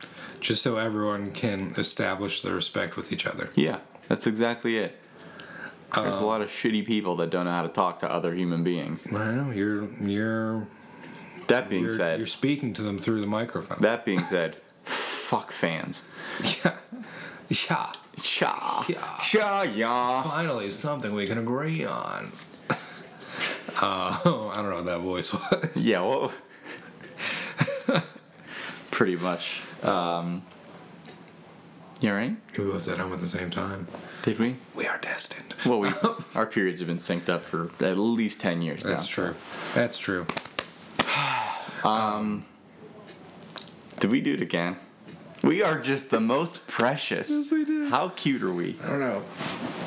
Speaker 4: Just so everyone can establish the respect with each other.
Speaker 3: Yeah, that's exactly it. There's a lot of shitty people that don't know how to talk to other human beings.
Speaker 4: I know you're you're
Speaker 3: That being
Speaker 4: you're,
Speaker 3: said,
Speaker 4: you're speaking to them through the microphone.
Speaker 3: that being said, fuck fans.
Speaker 4: yeah. yeah.
Speaker 3: Cha.
Speaker 4: Yeah.
Speaker 3: Cha, ya.
Speaker 4: Finally, something we can agree on. [laughs] Uh, [laughs] I don't know what that voice was. [laughs]
Speaker 3: Yeah, [laughs] well, pretty much. Um, you all right?
Speaker 4: We both said home at the same time.
Speaker 3: Did we?
Speaker 4: We are destined.
Speaker 3: Well, [laughs] we our periods have been synced up for at least ten years now.
Speaker 4: That's true. That's true.
Speaker 3: Did we do it again? We are just the most precious. Yes,
Speaker 4: we did.
Speaker 3: How cute are we?
Speaker 4: I don't know.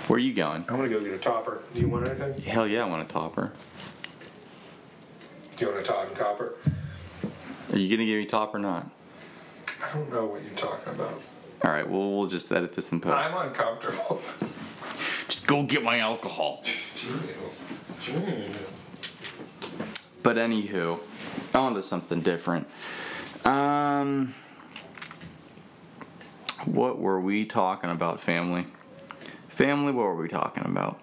Speaker 3: Where are you going?
Speaker 4: I want to go get a topper. Do you want anything?
Speaker 3: Hell yeah, I want a topper.
Speaker 4: Do you want a Todd and Copper?
Speaker 3: Are you gonna give me top or not?
Speaker 4: I don't know what you're talking about.
Speaker 3: All right, well we'll just edit this in post.
Speaker 4: uncomfortable.
Speaker 3: just go get my alcohol.
Speaker 4: Jeez.
Speaker 3: But anywho, on to something different. Um, what were we talking about, family? Family, what were we talking about?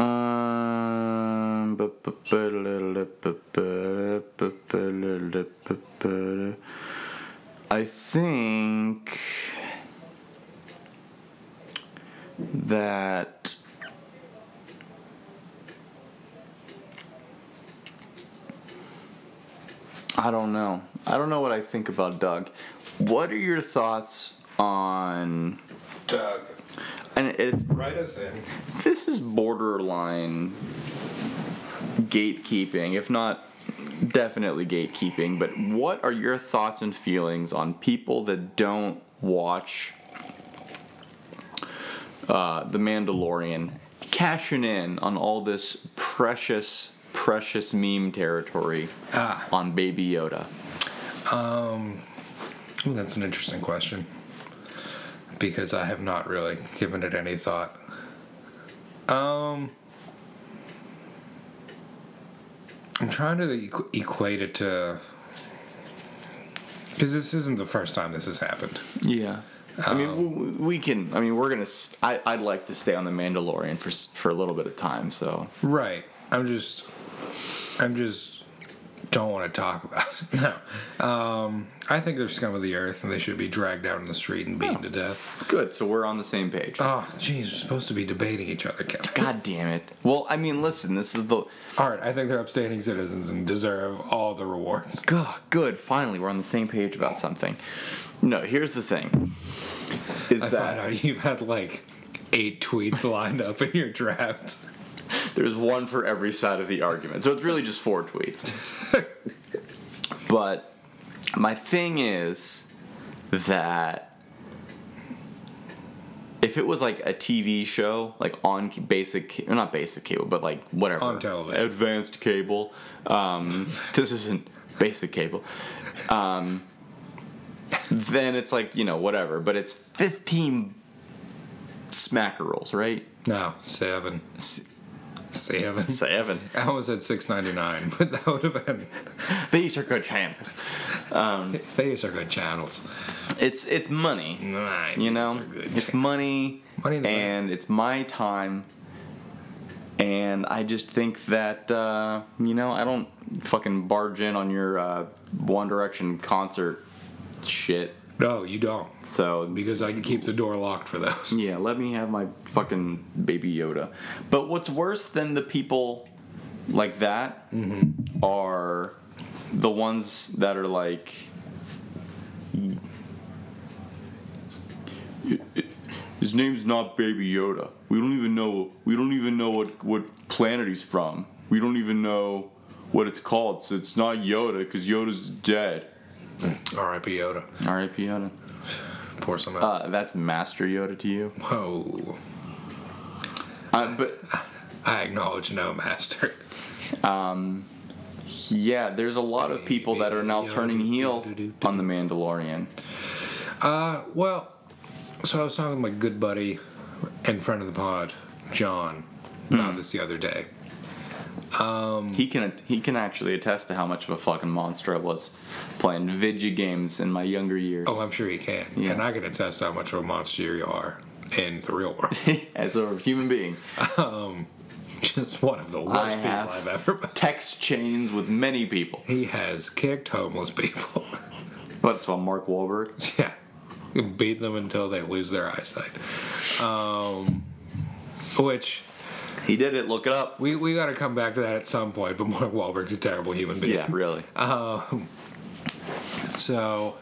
Speaker 3: Um, bu- bu- bu- lu- lu- bu- bu- bu- bu- lu- lu- bu- bu- lu- I think that I don't know. I don't know what I think about Doug. What are your thoughts on
Speaker 4: Doug,
Speaker 3: and it's
Speaker 4: write us in.
Speaker 3: this is borderline gatekeeping, if not definitely gatekeeping, but what are your thoughts and feelings on people that don't watch uh, The Mandalorian cashing in on all this precious, precious meme territory
Speaker 4: Ah.
Speaker 3: on Baby Yoda?
Speaker 4: Well, that's an interesting question because I have not really given it any thought. Um, I'm trying to equ- equate it to because this isn't the first time this has happened.
Speaker 3: Yeah. I mean, w- w- we can. I mean, we're gonna. St- I, I'd like to stay on the Mandalorian for s- for a little bit of time. So
Speaker 4: Right. I'm just, I'm just don't want to talk about it. No. Um, I think they're scum of the earth and they should be dragged out in the street and
Speaker 3: Oh.
Speaker 4: beaten to death.
Speaker 3: good. So we're on the same page.
Speaker 4: Oh, jeez, we're supposed to be debating each other, Kevin.
Speaker 3: Uh, God damn it. Well, I mean, listen, this is the.
Speaker 4: All right, I think they're upstanding citizens and deserve all the rewards.
Speaker 3: God, good. Finally, we're on the same page about something. No, here's the thing. Is
Speaker 4: I found
Speaker 3: that
Speaker 4: out you've had like eight tweets lined up in your draft.
Speaker 3: there's one for every side of the argument. So it's really just four
Speaker 4: [laughs]
Speaker 3: tweets. but my thing is that if it was like a TV show, like on basic, ca- not basic cable, but like whatever,
Speaker 4: On television.
Speaker 3: advanced cable.
Speaker 4: [laughs]
Speaker 3: Um, this isn't basic cable. Um, then it's like you know whatever, but it's 15 smackerels, right?
Speaker 4: No, seven.
Speaker 3: S-
Speaker 4: [laughs] Seven.
Speaker 3: Seven.
Speaker 4: I almost said six ninety nine, but that would have been
Speaker 3: These are good channels.
Speaker 4: these are good channels.
Speaker 3: It's it's money.
Speaker 4: Nine.
Speaker 3: You know, it's money,
Speaker 4: [laughs] Money in the bank.
Speaker 3: and it's my time. And I just think that uh, you know I don't fucking barge in on your uh, One Direction concert shit.
Speaker 4: no, you don't,
Speaker 3: So
Speaker 4: because I can keep the door locked for [laughs] those.
Speaker 3: yeah, let me have my fucking baby Yoda. But what's worse than the people like that Mm-hmm. are the ones that are like. His name's not Baby Yoda. We don't even know. We don't even know what what planet he's from. We don't even know what it's called. So it's not Yoda because Yoda's dead.
Speaker 4: R.I.P. Yoda.
Speaker 3: R.I.P. Yoda.
Speaker 4: Pour some out.
Speaker 3: Uh, that's Master Yoda to you.
Speaker 4: Whoa.
Speaker 3: Uh, but
Speaker 4: I acknowledge no master.
Speaker 3: Yeah, there's a lot of people that are now turning heel on the Mandalorian.
Speaker 4: Uh, well, so I was talking to my good buddy and friend of the pod, John, about this the other day.
Speaker 3: He can he can actually attest to how much of a fucking monster I was playing video games in my younger years
Speaker 4: Oh, I'm sure he can.
Speaker 3: Yeah.
Speaker 4: And I can attest how much of a monster you are in the real [laughs] world.
Speaker 3: [laughs] as a human being.
Speaker 4: Just one of the worst
Speaker 3: I
Speaker 4: people
Speaker 3: have.
Speaker 4: I've ever met.
Speaker 3: Text chains with many people.
Speaker 4: He has kicked homeless people. [laughs]
Speaker 3: What's from Mark Wahlberg?
Speaker 4: yeah. Beat them until they lose their eyesight. Um, which,
Speaker 3: He did it. Look it up.
Speaker 4: we, we gotta come back to that at some point, but [laughs] Mark Wahlberg's a terrible human being.
Speaker 3: Yeah, really.
Speaker 4: So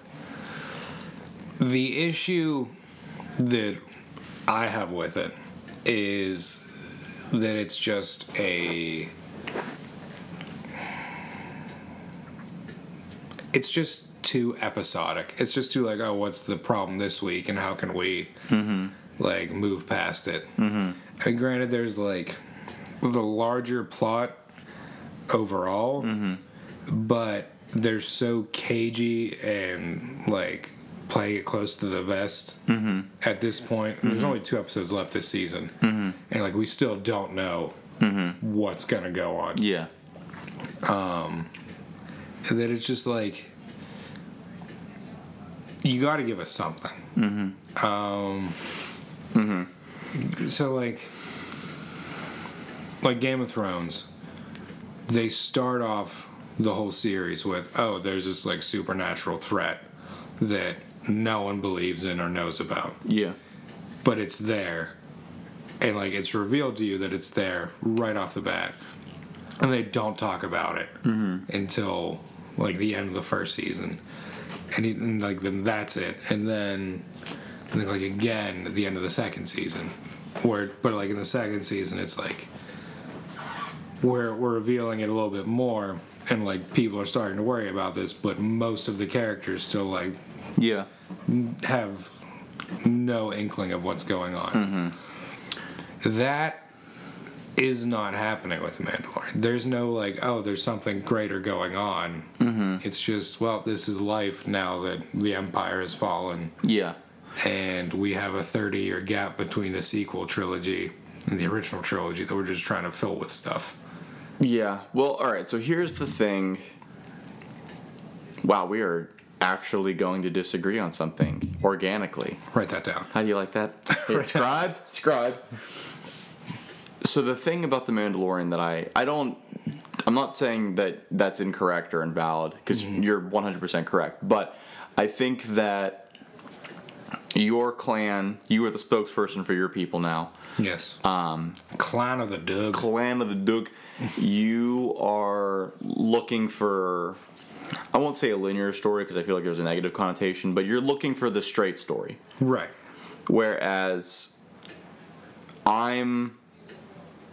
Speaker 4: the issue that I have with it is that it's just a it's just too episodic. It's just too like, oh, what's the problem this week and how can we like move past it? Mm-hmm. And granted, there's like the larger plot overall, but they're so cagey and like playing it close to the vest at this point. There's only two episodes left this season, and like we still don't know what's gonna go on.
Speaker 3: Yeah.
Speaker 4: And then it's just like you got to give us something. Mm-hmm. Um, So like, like Game of Thrones, they start off the whole series with oh, there's this like supernatural threat that no one believes in or knows about,
Speaker 3: Yeah.
Speaker 4: but it's there, and like it's revealed to you that it's there right off the bat, and they don't talk about it until like the end of the first season, and, it- and like then that's it, and then and then, like again at the end of the second season, where but like in the second season it's like we're we're revealing it a little bit more, and like people are starting to worry about this, but most of the characters still like
Speaker 3: Yeah.
Speaker 4: have no inkling of what's going on. That is not happening with The Mandalorian. There's no like, oh, there's something greater going on. It's just, well, this is life now that the Empire has fallen,
Speaker 3: Yeah.
Speaker 4: and we have a 30 year gap between the sequel trilogy and the original trilogy that we're just trying to fill with stuff.
Speaker 3: Yeah. Well, all right. So here's the thing. Wow, we are actually going to disagree on something organically.
Speaker 4: Write that down.
Speaker 3: How do you like [laughs] that? Hey, scribe, scribe. So the thing about the Mandalorian that I I don't I'm not saying that that's incorrect or invalid because you're 100% correct, but I think that your clan, you are the spokesperson for your people now.
Speaker 4: Yes. Um, Clan of the Dug.
Speaker 3: Clan of the Duke, you are looking for I won't say a linear story because I feel like there's a negative connotation, but you're looking for the straight story.
Speaker 4: right.
Speaker 3: Whereas I'm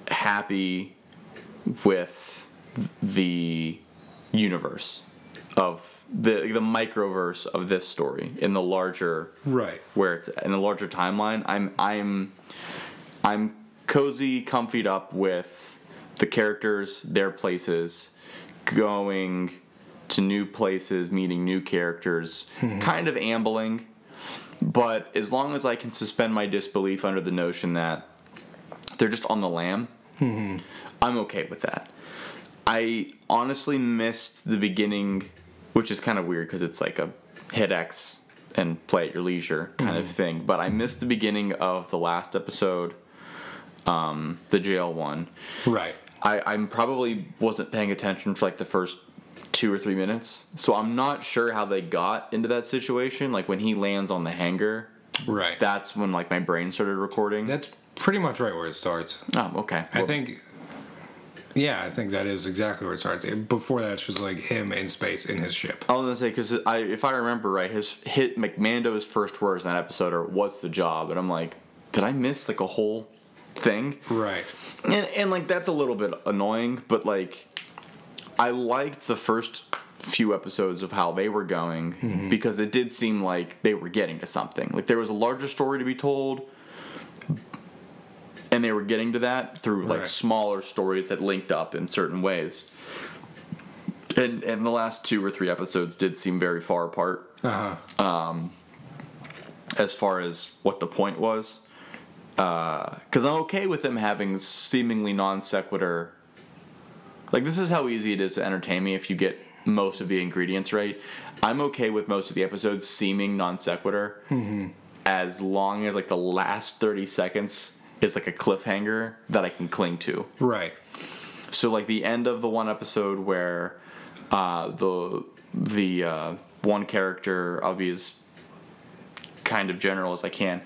Speaker 3: happy with the universe of the the microverse of this story in the larger
Speaker 4: Right.
Speaker 3: where it's in the larger timeline. I'm I'm I'm cozy, comfied up with the characters, their places, going to new places, meeting new characters, kind of ambling. But as long as I can suspend my disbelief under the notion that they're just on the lam, I'm okay with that. I honestly missed the beginning, which is kind of weird because it's like a hit X and play at your leisure kind
Speaker 4: Mm-hmm.
Speaker 3: of thing. But I missed the beginning of the last episode, um, the jail one.
Speaker 4: Right.
Speaker 3: I, I'm probably wasn't paying attention for like the first two or three minutes, so I'm not sure how they got into that situation. Like when he lands on the hangar,
Speaker 4: Right.
Speaker 3: that's when like my brain started recording.
Speaker 4: That's pretty much right where it starts.
Speaker 3: oh, okay.
Speaker 4: I
Speaker 3: Well,
Speaker 4: think. Yeah, I think that is exactly where it starts. And Before that, it's just like him in space in his ship.
Speaker 3: I was gonna say because I, if I remember right, his hit McMando's first words in that episode are "What's the job?" and I'm like, did I miss like a whole thing?
Speaker 4: Right.
Speaker 3: And and like that's a little bit annoying, but like I liked the first few episodes of how they were going because it did seem like they were getting to something. Like there was a larger story to be told. And they were getting to that through like
Speaker 4: Right.
Speaker 3: smaller stories that linked up in certain ways. And and the last two or three episodes did seem very far apart
Speaker 4: Uh huh.
Speaker 3: as far as what the point was. Because I'm okay with them having seemingly non sequitur. Like, this is how easy it is to entertain me if you get most of the ingredients right. I'm okay with most of the episodes seeming non sequitur as long as, like, the last 30 seconds is, like, a cliffhanger that I can cling to.
Speaker 4: Right.
Speaker 3: So like the end of the one episode where uh, the the uh, one character, I'll be as kind of general as I can.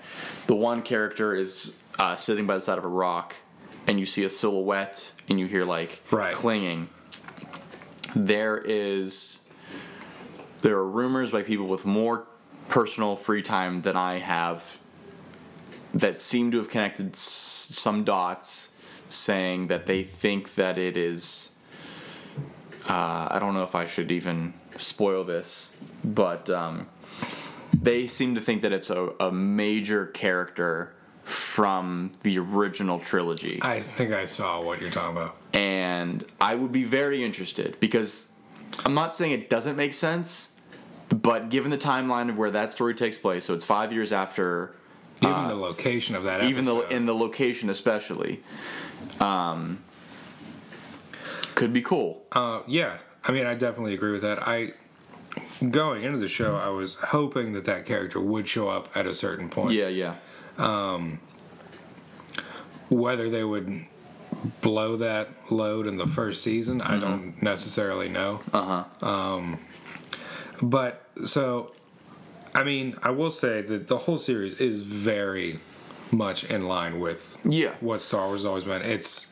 Speaker 3: The one character is uh, sitting by the side of a rock, and you see a silhouette, and you hear like
Speaker 4: Right.
Speaker 3: clinging. There is there are rumors by people with more personal free time than I have that seem to have connected s- some dots saying that they think that it is uh, i don't know if i should even spoil this but um, they seem to think that it's a, a major character from the original trilogy
Speaker 4: I think I saw what you're talking about.
Speaker 3: and I would be very interested because I'm not saying it doesn't make sense, but given the timeline of where that story takes place, so it's five years after,
Speaker 4: Even the location of that. Episode,
Speaker 3: Uh, even though in the location especially, um, could be cool.
Speaker 4: Uh, yeah, I mean, I definitely agree with that. I going into the show, I was hoping that that character would show up at a certain point.
Speaker 3: yeah, yeah,
Speaker 4: Whether they would blow that load in the first season, I Uh-huh. don't necessarily know. Uh huh. Um, but so I mean, I will say that the whole series is very much in line with
Speaker 3: Yeah.
Speaker 4: what Star Wars has always been. It's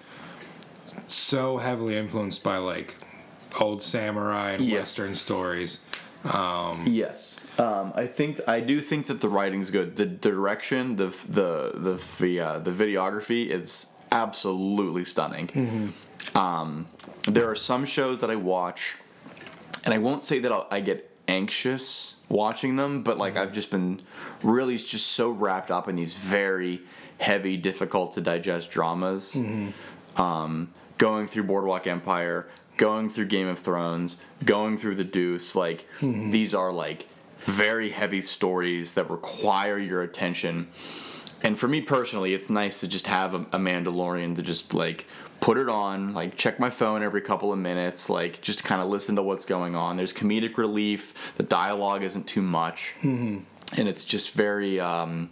Speaker 4: so heavily influenced by like old samurai and
Speaker 3: Yeah.
Speaker 4: western stories.
Speaker 3: Yes, um, I think I do think that the writing's good. The direction, the f- the the f- the, uh, the videography is absolutely stunning.
Speaker 4: Mm-hmm.
Speaker 3: Um, there are some shows that I watch, and I won't say that I'll, I get anxious watching them, but
Speaker 4: Mm-hmm.
Speaker 3: like I've just been really just so wrapped up in these very heavy, difficult to digest dramas
Speaker 4: Mm-hmm.
Speaker 3: um, going through Boardwalk Empire, going through Game of Thrones, going through The Deuce. Like these are like very heavy stories that require your attention. And for me personally, it's nice to just have a, a Mandalorian to just like put it on, like check my phone every couple of minutes, like just kind of listen to what's going on. There's comedic relief. The dialogue isn't too much,
Speaker 4: Mm-hmm.
Speaker 3: and it's just very. Um,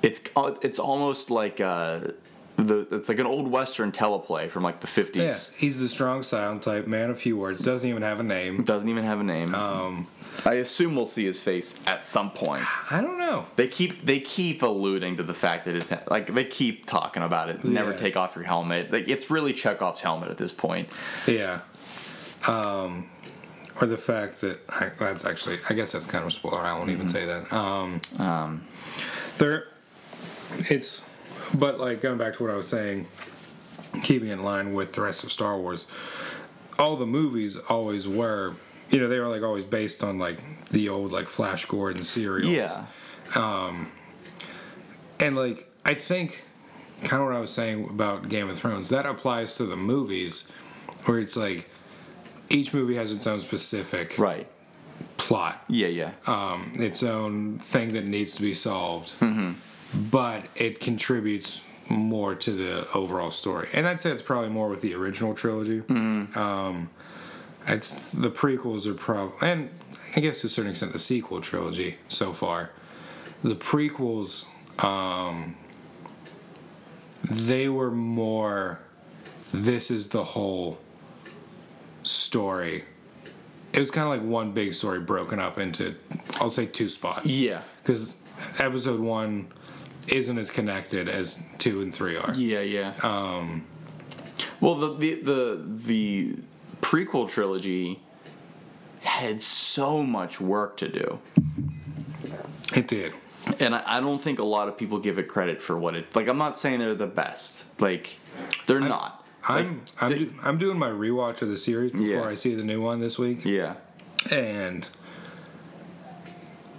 Speaker 3: it's uh, it's almost like uh, the it's like an old western teleplay from like the 50s.
Speaker 4: Yeah, he's the strong silent type, man of few words, doesn't even have a name.
Speaker 3: Doesn't even have a name.
Speaker 4: Um,
Speaker 3: I assume we'll see his face at some point.
Speaker 4: I don't know.
Speaker 3: They keep they keep alluding to the fact that his like they keep talking about it. Never
Speaker 4: Yeah.
Speaker 3: take off your helmet. Like it's really Chekhov's helmet at this point.
Speaker 4: Yeah. Um, or the fact that I, that's actually, I guess that's kind of a spoiler. I won't even say that. Um,
Speaker 3: Mm-hmm. Um,
Speaker 4: there, it's, but like going back to what I was saying, keeping in line with the rest of Star Wars, all the movies always were, you know, they were like always based on like the old like Flash Gordon serials.
Speaker 3: yeah,
Speaker 4: And like I think kind of what I was saying about Game of Thrones, that applies to the movies where it's like each movie has its own specific
Speaker 3: right.
Speaker 4: plot,
Speaker 3: Yeah, yeah,
Speaker 4: um, its own thing that needs to be solved. But it contributes more to the overall story. And I'd say it's probably more with the original trilogy. Um, it's the prequels are probably and I guess to a certain extent the sequel trilogy so far. The prequels um, they were more this is the whole story it was kind of like one big story broken up into i'll say two spots
Speaker 3: yeah,
Speaker 4: because episode one isn't as connected as two and three are
Speaker 3: yeah, yeah. Um, well, the the the the prequel trilogy had so much work to do.
Speaker 4: it did
Speaker 3: and I, I don't think a lot of people give it credit for what it like i'm not saying they're the best like they're not
Speaker 4: i'm
Speaker 3: Like,
Speaker 4: I'm,
Speaker 3: they-
Speaker 4: do, I'm doing my rewatch of the series before
Speaker 3: Yeah.
Speaker 4: i see the new one this week
Speaker 3: yeah
Speaker 4: and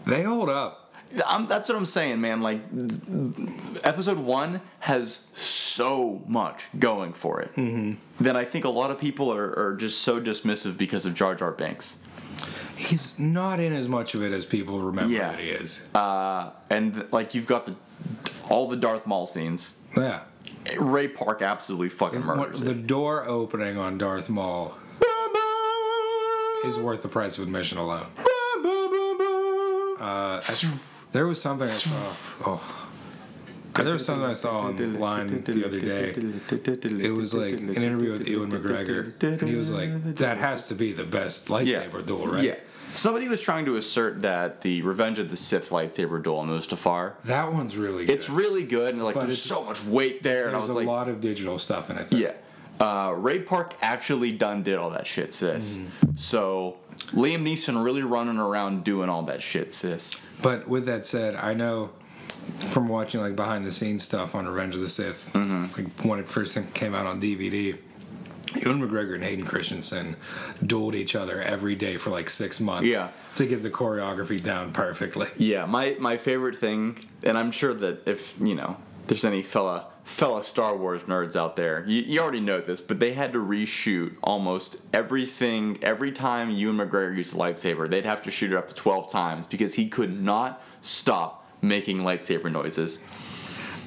Speaker 4: they hold up
Speaker 3: i that's what i'm saying man like th- th- episode one has so much going for it mm-hmm. that i think a lot of people are, are just so dismissive because of jar jar banks
Speaker 4: he's not in as much of it as people remember
Speaker 3: Yeah.
Speaker 4: that he is
Speaker 3: uh, and like you've got the all the darth maul scenes
Speaker 4: yeah
Speaker 3: ray park absolutely fucking
Speaker 4: What-
Speaker 3: murders
Speaker 4: the
Speaker 3: it.
Speaker 4: door opening on Darth Maul is worth the price of admission alone. Uh, I- there was something I saw. Oh. There was something I saw online the other day. It was like an interview with Ewan McGregor, and he was like, "That has to be the best lightsaber duel, right?"
Speaker 3: Yeah. Somebody was trying to assert that the Revenge of the Sith lightsaber duel in Mustafar.
Speaker 4: That one's really good.
Speaker 3: It's really good, and like
Speaker 4: But
Speaker 3: there's
Speaker 4: it's-
Speaker 3: so much weight there, and I
Speaker 4: There's
Speaker 3: was
Speaker 4: a
Speaker 3: like,
Speaker 4: lot of digital stuff in it. though.
Speaker 3: yeah. Uh, Ray Park actually done did all that shit, sis. So Liam Neeson really running around doing all that shit, sis.
Speaker 4: But with that said, I know from watching like behind the scenes stuff on Revenge of the Sith, like when it first came out on DVD, Ewan McGregor and Hayden Christensen dueled each other every day for like six months.
Speaker 3: Yeah.
Speaker 4: To get the choreography down perfectly.
Speaker 3: Yeah, my my favorite thing, and I'm sure that if you know, there's any fella fella Star Wars nerds out there, you, you already know this, but they had to reshoot almost everything every time Ewan McGregor used a lightsaber. They'd have to shoot it up to 12 times because he could not stop making lightsaber noises.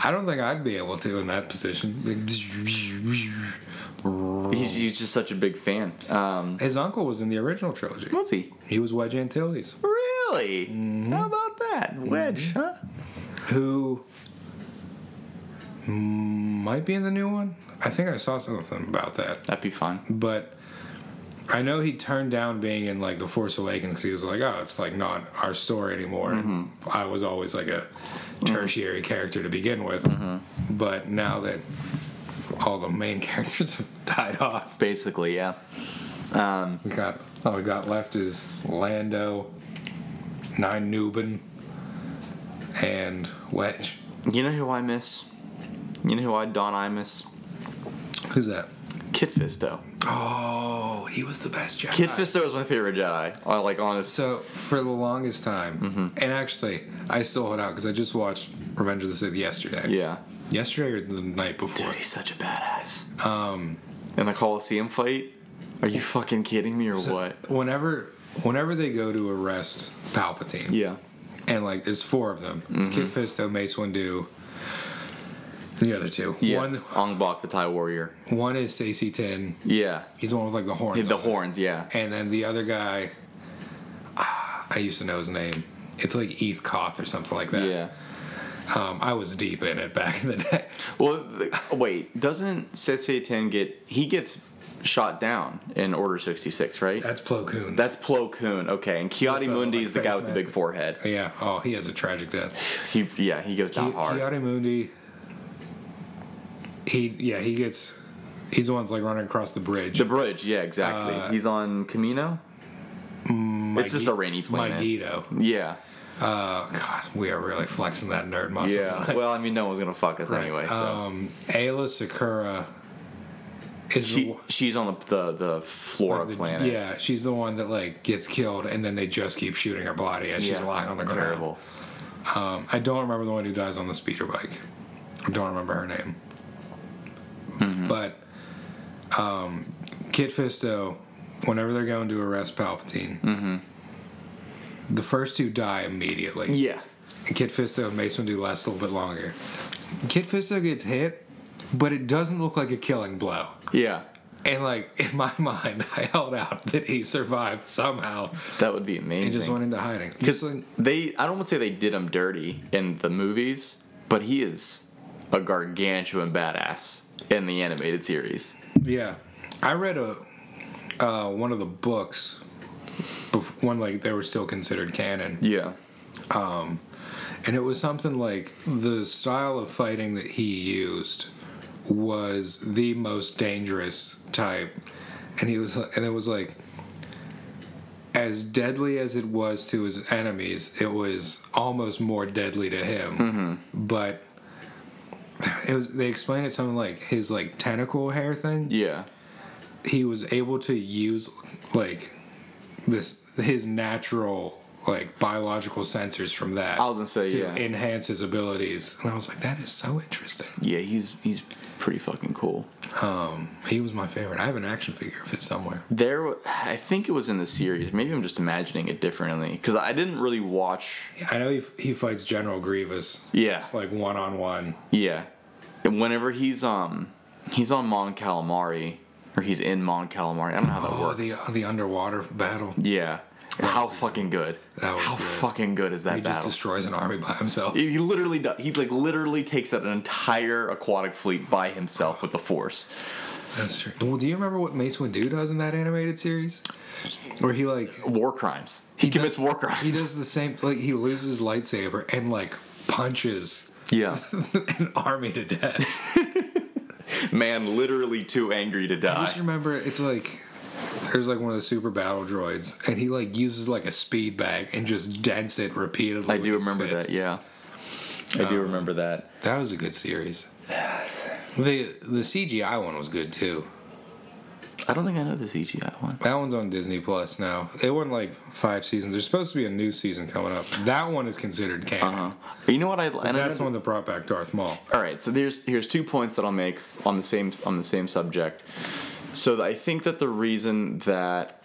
Speaker 4: I don't think I'd be able to in that position. Like,
Speaker 3: He's, he's just such a big fan. Um,
Speaker 4: His uncle was in the original trilogy.
Speaker 3: was he?
Speaker 4: He was Wedge Antilles,
Speaker 3: Really? How about that? Wedge, huh?
Speaker 4: who might be in the new one. I think I saw something about that.
Speaker 3: That'd be fun.
Speaker 4: but I know he turned down being in like The Force Awakens because he was like, oh, it's like not our story anymore. And I was always like a tertiary character to begin with, but now that all the main [laughs] characters have died off,
Speaker 3: Basically, yeah.
Speaker 4: we got all we got left is Lando, Nine Nubin, and Wedge.
Speaker 3: You know who I miss? You know who I Don I miss?
Speaker 4: Who's that?
Speaker 3: Kid Fisto.
Speaker 4: Oh, he was the best Jedi.
Speaker 3: Kid Fisto is my favorite Jedi. I like honest.
Speaker 4: So for the longest time,
Speaker 3: Mm-hmm.
Speaker 4: and actually, I still hold out because I just watched Revenge of the Sith yesterday.
Speaker 3: Yeah.
Speaker 4: yesterday or the night before.
Speaker 3: Dude, he's such a badass. Um, and the Coliseum fight? Are you fucking kidding me or what?
Speaker 4: Whenever, whenever they go to arrest Palpatine,
Speaker 3: Yeah. Mm-hmm.
Speaker 4: and like there's four of them. It's Kid Fisto, Mace Windu, the other two.
Speaker 3: Yeah.
Speaker 4: One,
Speaker 3: Ong Bak, the Thai warrior.
Speaker 4: one is Stacey Tin.
Speaker 3: Yeah.
Speaker 4: He's the one with like the horn.
Speaker 3: The horns, yeah.
Speaker 4: And then the other guy, ah, I used to know his name. It's like Eth Koth or something like that.
Speaker 3: Yeah.
Speaker 4: Um, I was deep in it back in the day. [laughs]
Speaker 3: Well, th- wait, doesn't Setsei Ten get. He gets shot down in Order 66, right?
Speaker 4: That's Plo Koon.
Speaker 3: That's Plo Koon, okay. And Kiadi
Speaker 4: the,
Speaker 3: Mundi
Speaker 4: uh, like,
Speaker 3: is the guy with the
Speaker 4: face
Speaker 3: big
Speaker 4: mask.
Speaker 3: forehead.
Speaker 4: yeah. Oh, he has a tragic death.
Speaker 3: He, yeah, he goes down
Speaker 4: Ki-
Speaker 3: hard.
Speaker 4: Kiara Mundi. He yeah he gets. He's the one's like running across the bridge.
Speaker 3: The bridge, yeah, exactly.
Speaker 4: Uh, mm,
Speaker 3: He's on Camino. it's just a rainy planet.
Speaker 4: Magneto.
Speaker 3: Yeah,
Speaker 4: Uh, God, we are really flexing that nerd muscle.
Speaker 3: yeah.
Speaker 4: tonight.
Speaker 3: Well, I mean, no one's gonna fuck us
Speaker 4: Right.
Speaker 3: anyway. So
Speaker 4: Um, Ayla Sakura is the
Speaker 3: she
Speaker 4: one-
Speaker 3: she's on the the, the flora
Speaker 4: the-
Speaker 3: planet.
Speaker 4: Yeah, she's the one that like gets killed, and then they just keep shooting her body as she's
Speaker 3: Yeah.
Speaker 4: lying on the ground.
Speaker 3: Terrible.
Speaker 4: Um, I don't remember the one who dies on the speeder bike. I don't remember her name. But um, Kid Fisto, whenever they're going to arrest Palpatine, the first two die immediately.
Speaker 3: Yeah.
Speaker 4: Kid Fisto and Mace Windu last a little bit longer. Kid Fisto gets hit, but it doesn't look like a killing blow.
Speaker 3: Yeah.
Speaker 4: And like in my [laughs] mind, I held out that he survived somehow
Speaker 3: That would be
Speaker 4: and just went
Speaker 3: amazing.
Speaker 4: into hiding.
Speaker 3: Because
Speaker 4: Just like-
Speaker 3: they, I don't want to say they did him dirty in the movies, but he is a gargantuan badass in the animated series.
Speaker 4: Yeah, I read a uh, one of the books, bef- one like they were still considered canon,
Speaker 3: Yeah.
Speaker 4: and it was something like the style of fighting that he used was the most dangerous type, and he was and it was like as deadly as it was to his enemies, it was almost more deadly to him, but. It was. They explained it something like his like tentacle hair thing
Speaker 3: Yeah.
Speaker 4: he was able to use like this his natural like biological sensors from that.
Speaker 3: I was gonna say,
Speaker 4: to
Speaker 3: yeah.
Speaker 4: enhance his abilities, and I was like, that is so interesting.
Speaker 3: Yeah. He's he's pretty fucking cool.
Speaker 4: He was my favorite. I have an action figure of his somewhere.
Speaker 3: There, wa- I think it was in the series. Maybe I'm just imagining it differently because I didn't really watch.
Speaker 4: I know he he fights General Grievous
Speaker 3: Yeah,
Speaker 4: like one on one.
Speaker 3: yeah. And whenever he's um, he's on Mon Calamari or he's in Mon Calamari. I don't know how that
Speaker 4: Oh,
Speaker 3: works.
Speaker 4: the the underwater battle.
Speaker 3: yeah. How fucking good?
Speaker 4: That was
Speaker 3: how
Speaker 4: good.
Speaker 3: fucking good is that
Speaker 4: He just
Speaker 3: battle?
Speaker 4: destroys an army by himself.
Speaker 3: he he literally does. He like literally takes out an entire aquatic fleet by himself with the force.
Speaker 4: That's true. Well, do you remember what Mace Windu does in that animated series? Where he like
Speaker 3: War crimes. He, commits war crimes.
Speaker 4: he does the same like he loses his lightsaber and like punches
Speaker 3: Yeah.
Speaker 4: an army to
Speaker 3: [laughs]
Speaker 4: death.
Speaker 3: Man, literally too angry to
Speaker 4: I
Speaker 3: die.
Speaker 4: just remember it's like there's like one of the super battle droids, and he like uses like a speed bag and just dents it repeatedly.
Speaker 3: I
Speaker 4: with
Speaker 3: do
Speaker 4: his Um,
Speaker 3: remember
Speaker 4: fists.
Speaker 3: that. Yeah. I do remember that.
Speaker 4: that was a good series. The the CGI one was good too.
Speaker 3: I don't think I know the CGI one.
Speaker 4: That one's on Disney Plus now. It won like five seasons. There's supposed to be a new season coming up. That one is considered canon.
Speaker 3: Uh, you know what I? And I
Speaker 4: That's the one that brought back Darth Maul.
Speaker 3: all right, so there's here's two points that I'll make on the same on the same subject. So I think that the reason that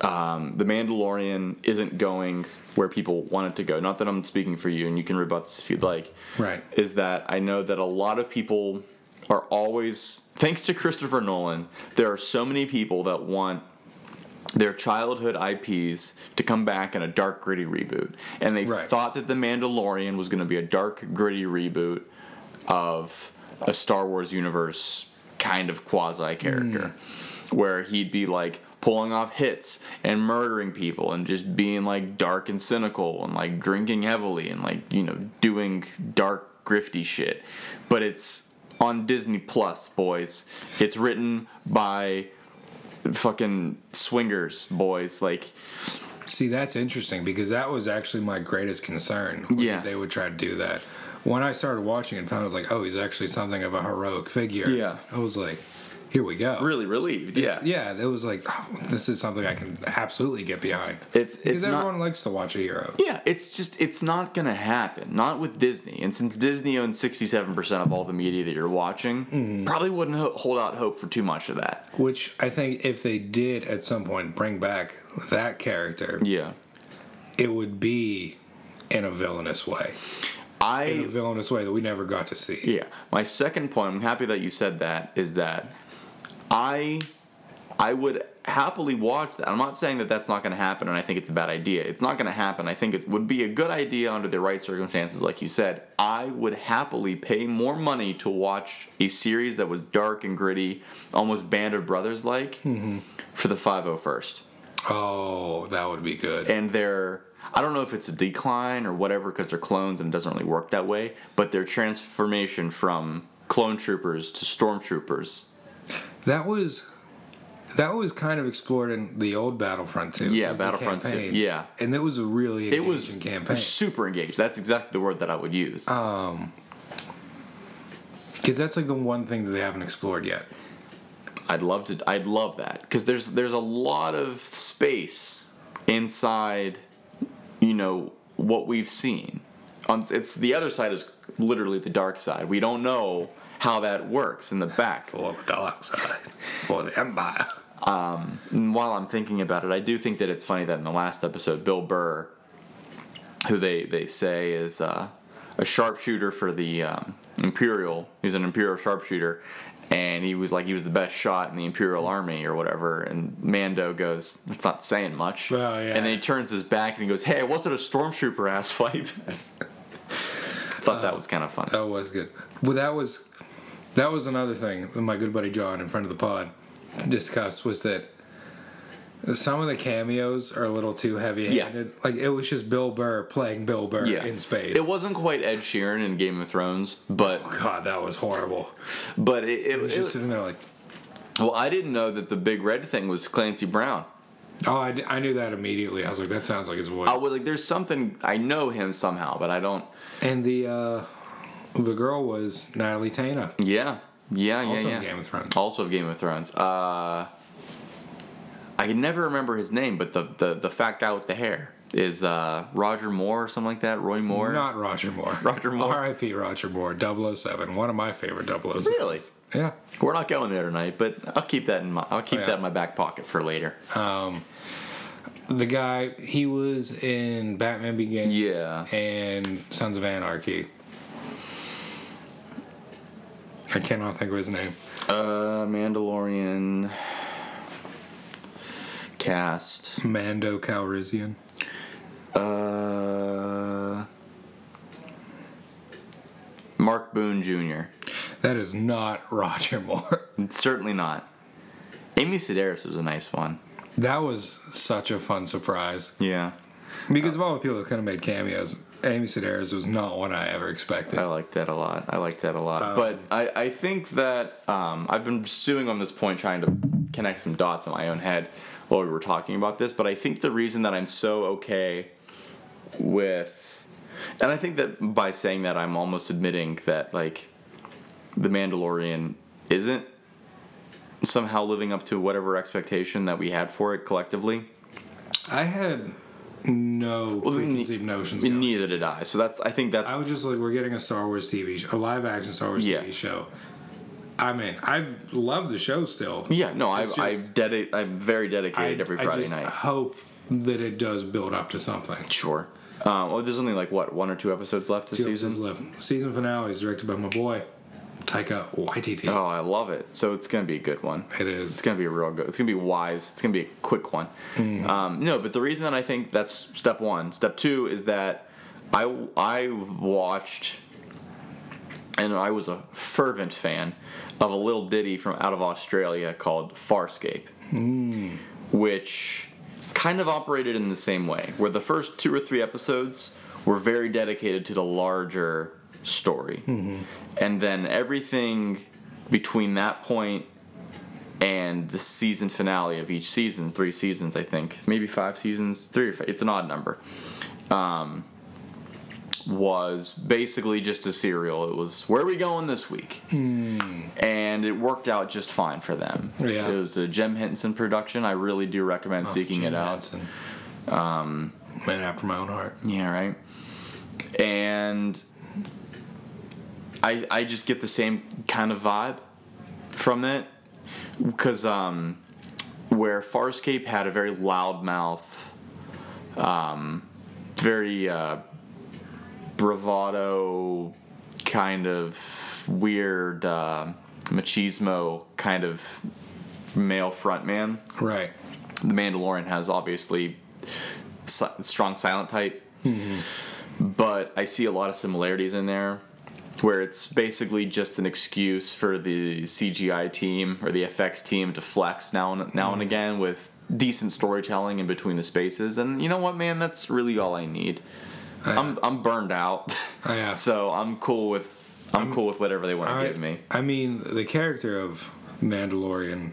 Speaker 3: um, the Mandalorian isn't going where people want it to go, not that I'm speaking for you, and you can rebut this if you'd like,
Speaker 4: Right.
Speaker 3: is that I know that a lot of people are always, thanks to Christopher Nolan, there are so many people that want their childhood IPs to come back in a dark, gritty reboot. And they
Speaker 4: Right.
Speaker 3: thought that The Mandalorian was going to be a dark, gritty reboot of a Star Wars universe kind of quasi character, where he'd be like pulling off hits and murdering people and just being like dark and cynical and like drinking heavily and like, you know, doing dark, grifty shit. But it's on Disney Plus, boys. It's written by fucking swingers, boys. Like,
Speaker 4: See, that's interesting because that was actually my greatest concern. Was
Speaker 3: Yeah.
Speaker 4: that they would try to do that. When I started watching it, found out like, oh, he's actually something of a heroic figure.
Speaker 3: Yeah.
Speaker 4: I was like, here we go.
Speaker 3: really relieved.
Speaker 4: It's-
Speaker 3: Yeah.
Speaker 4: yeah. It was like, oh, this is something I can absolutely get behind.
Speaker 3: It's, it's
Speaker 4: because
Speaker 3: not.
Speaker 4: everyone likes to watch a hero.
Speaker 3: Yeah, it's just it's not gonna happen. Not with Disney, and since Disney owns sixty-seven percent of all the media that you're watching, probably wouldn't ho- hold out hope for too much of that.
Speaker 4: Which I think if they did at some point bring back that character,
Speaker 3: Yeah,
Speaker 4: it would be in a villainous way, in a
Speaker 3: I
Speaker 4: villainous way that we never got to see.
Speaker 3: yeah. My second point, I'm happy that you said that, is that I I would happily watch that. I'm not saying that that's not gonna happen, and I think it's a bad idea. It's not gonna happen. I think it would be a good idea under the right circumstances, like you said. I would happily pay more money to watch a series that was dark and gritty, almost Band of Brothers like. for the 501st.
Speaker 4: Oh, that would be good.
Speaker 3: And they're, I don't know if it's a decline or whatever because they're clones and it doesn't really work that way, but their transformation from clone troopers to stormtroopers.
Speaker 4: That was that was kind of explored in the old Battlefront too.
Speaker 3: Yeah,
Speaker 4: It was a
Speaker 3: Battlefront 2,
Speaker 4: campaign.
Speaker 3: yeah.
Speaker 4: and it was a really
Speaker 3: It was
Speaker 4: engaging campaign
Speaker 3: super engaged. That's exactly the word that I would use.
Speaker 4: because that's like the one thing that they haven't explored yet.
Speaker 3: I'd love to. I'd love that because there's there's a lot of space inside, you know, what we've seen. On it's the other side is literally the dark side. We don't know how that works in the back.
Speaker 4: For the dark side, for the Empire.
Speaker 3: And while I'm thinking about it, I do think that it's funny that in the last episode, Bill Burr, who they they say is uh, a sharpshooter for the um, Imperial, he's an Imperial sharpshooter, and he was like he was the best shot in the Imperial Army or whatever. And Mando goes, "That's not saying much."
Speaker 4: Well, yeah.
Speaker 3: And then he turns his back and he goes, "Hey, I wasn't a stormtrooper, asswipe." [laughs] Thought that was kind of funny.
Speaker 4: That was good. Well, that was that was another thing that my good buddy John in front of the pod discussed was that some of the cameos are a little too heavy-handed. Like it was just Bill Burr playing Bill Burr
Speaker 3: yeah,
Speaker 4: in space.
Speaker 3: It wasn't quite Ed Sheeran in Game of Thrones, but
Speaker 4: God, that was horrible.
Speaker 3: but it, it,
Speaker 4: It was
Speaker 3: it-
Speaker 4: just sitting there like,
Speaker 3: Well, I didn't know that the big red thing was Clancy Brown.
Speaker 4: oh, I, d- I knew that immediately. I was like, that sounds like his voice.
Speaker 3: I was like, there's something I know him somehow, but I don't.
Speaker 4: and the uh, the girl was Natalie Tana.
Speaker 3: Yeah, yeah, yeah,
Speaker 4: Also in
Speaker 3: yeah.
Speaker 4: Game of Thrones.
Speaker 3: Also of Game of Thrones. Uh, I can never remember his name, but the the, the fat guy with the hair is uh, Roger Moore or something like that. Roy Moore.
Speaker 4: Not Roger Moore.
Speaker 3: Roger Moore.
Speaker 4: R.I.P. Roger Moore. 007. One of my favorite 007s.
Speaker 3: Really?
Speaker 4: Yeah.
Speaker 3: We're not going there tonight, but I'll keep that in my I'll
Speaker 4: Oh,
Speaker 3: keep
Speaker 4: yeah.
Speaker 3: that in my back pocket for later.
Speaker 4: The guy, he was in Batman Begins.
Speaker 3: Yeah.
Speaker 4: And Sons of Anarchy. I cannot think of his name.
Speaker 3: Uh, Mandalorian cast.
Speaker 4: Mando Calrissian.
Speaker 3: Uh, Mark Boone Jr.
Speaker 4: That is not [laughs] Roger Moore.
Speaker 3: Certainly not. Amy Sedaris was a nice one.
Speaker 4: That was such a fun surprise.
Speaker 3: Yeah,
Speaker 4: Because of all the people that could have made cameos, Amy Sedaris was not one I ever expected.
Speaker 3: I liked that a lot. I liked that a lot.
Speaker 4: Um,
Speaker 3: but I, I think that um, I've been pursuing on this point, trying to connect some dots in my own head while we were talking about this. But I think the reason that I'm so okay with, and I think that by saying that, I'm almost admitting that like the Mandalorian isn't somehow living up to whatever expectation that we had for it collectively.
Speaker 4: I had no
Speaker 3: we need-
Speaker 4: preconceived notions. going.
Speaker 3: Neither did I. So that's I think that's
Speaker 4: I was just like, we're getting a Star Wars TV show, a live action Star Wars
Speaker 3: Yeah.
Speaker 4: TV show. I mean, I love the show still.
Speaker 3: Yeah, no, I've,
Speaker 4: It's
Speaker 3: I've
Speaker 4: just-
Speaker 3: dedi- I'm very
Speaker 4: I,
Speaker 3: dedicated every
Speaker 4: I
Speaker 3: Friday
Speaker 4: just
Speaker 3: night.
Speaker 4: hope that it does build up to something.
Speaker 3: Sure. Um, oh, there's only like what one or two episodes left this season.
Speaker 4: Season's left. Season finale is directed by my boy, Taika Waititi.
Speaker 3: Oh, I love it. So it's gonna be a good one.
Speaker 4: It
Speaker 3: It's
Speaker 4: is.
Speaker 3: gonna be a real good. It's gonna be wise. It's gonna be a quick one.
Speaker 4: Mm-hmm.
Speaker 3: Um, no, but the reason that I think that's step one. Step two is that I I watched, and I was a fervent
Speaker 4: Mm.
Speaker 3: fan of a little ditty from out of Australia called Farscape, which kind of operated in the same way, where the first two or three episodes were very dedicated to the larger story.
Speaker 4: Hmm.
Speaker 3: And then everything between that point and the season finale of each season, three seasons, I think, maybe five seasons, three or five, it's an odd number, um, was basically just a serial. It was, where are we going this week? And it worked out just fine for them.
Speaker 4: Yeah. Oh,
Speaker 3: It was a Jem Henson production. I really do recommend seeking it out.
Speaker 4: Um, Man after my own heart.
Speaker 3: Yeah, right. And I I just get the same kind of vibe from it because um, where Farscape had a very loud mouth, um, very uh, bravado kind of weird uh, machismo kind of male frontman
Speaker 4: Right.
Speaker 3: the Mandalorian has obviously si- strong silent type,
Speaker 4: Mm-hmm.
Speaker 3: but I see a lot of similarities in there, where it's basically just an excuse for the CGI team or the FX team to flex now and now
Speaker 4: Mm-hmm.
Speaker 3: and again with decent storytelling in between the spaces. And you know what, man, that's really all I need.
Speaker 4: I-
Speaker 3: I'm I'm burned out,
Speaker 4: Oh, yeah.
Speaker 3: [laughs] so I'm cool with. I'm, cool with whatever they want to give me.
Speaker 4: I mean, the character of Mandalorian,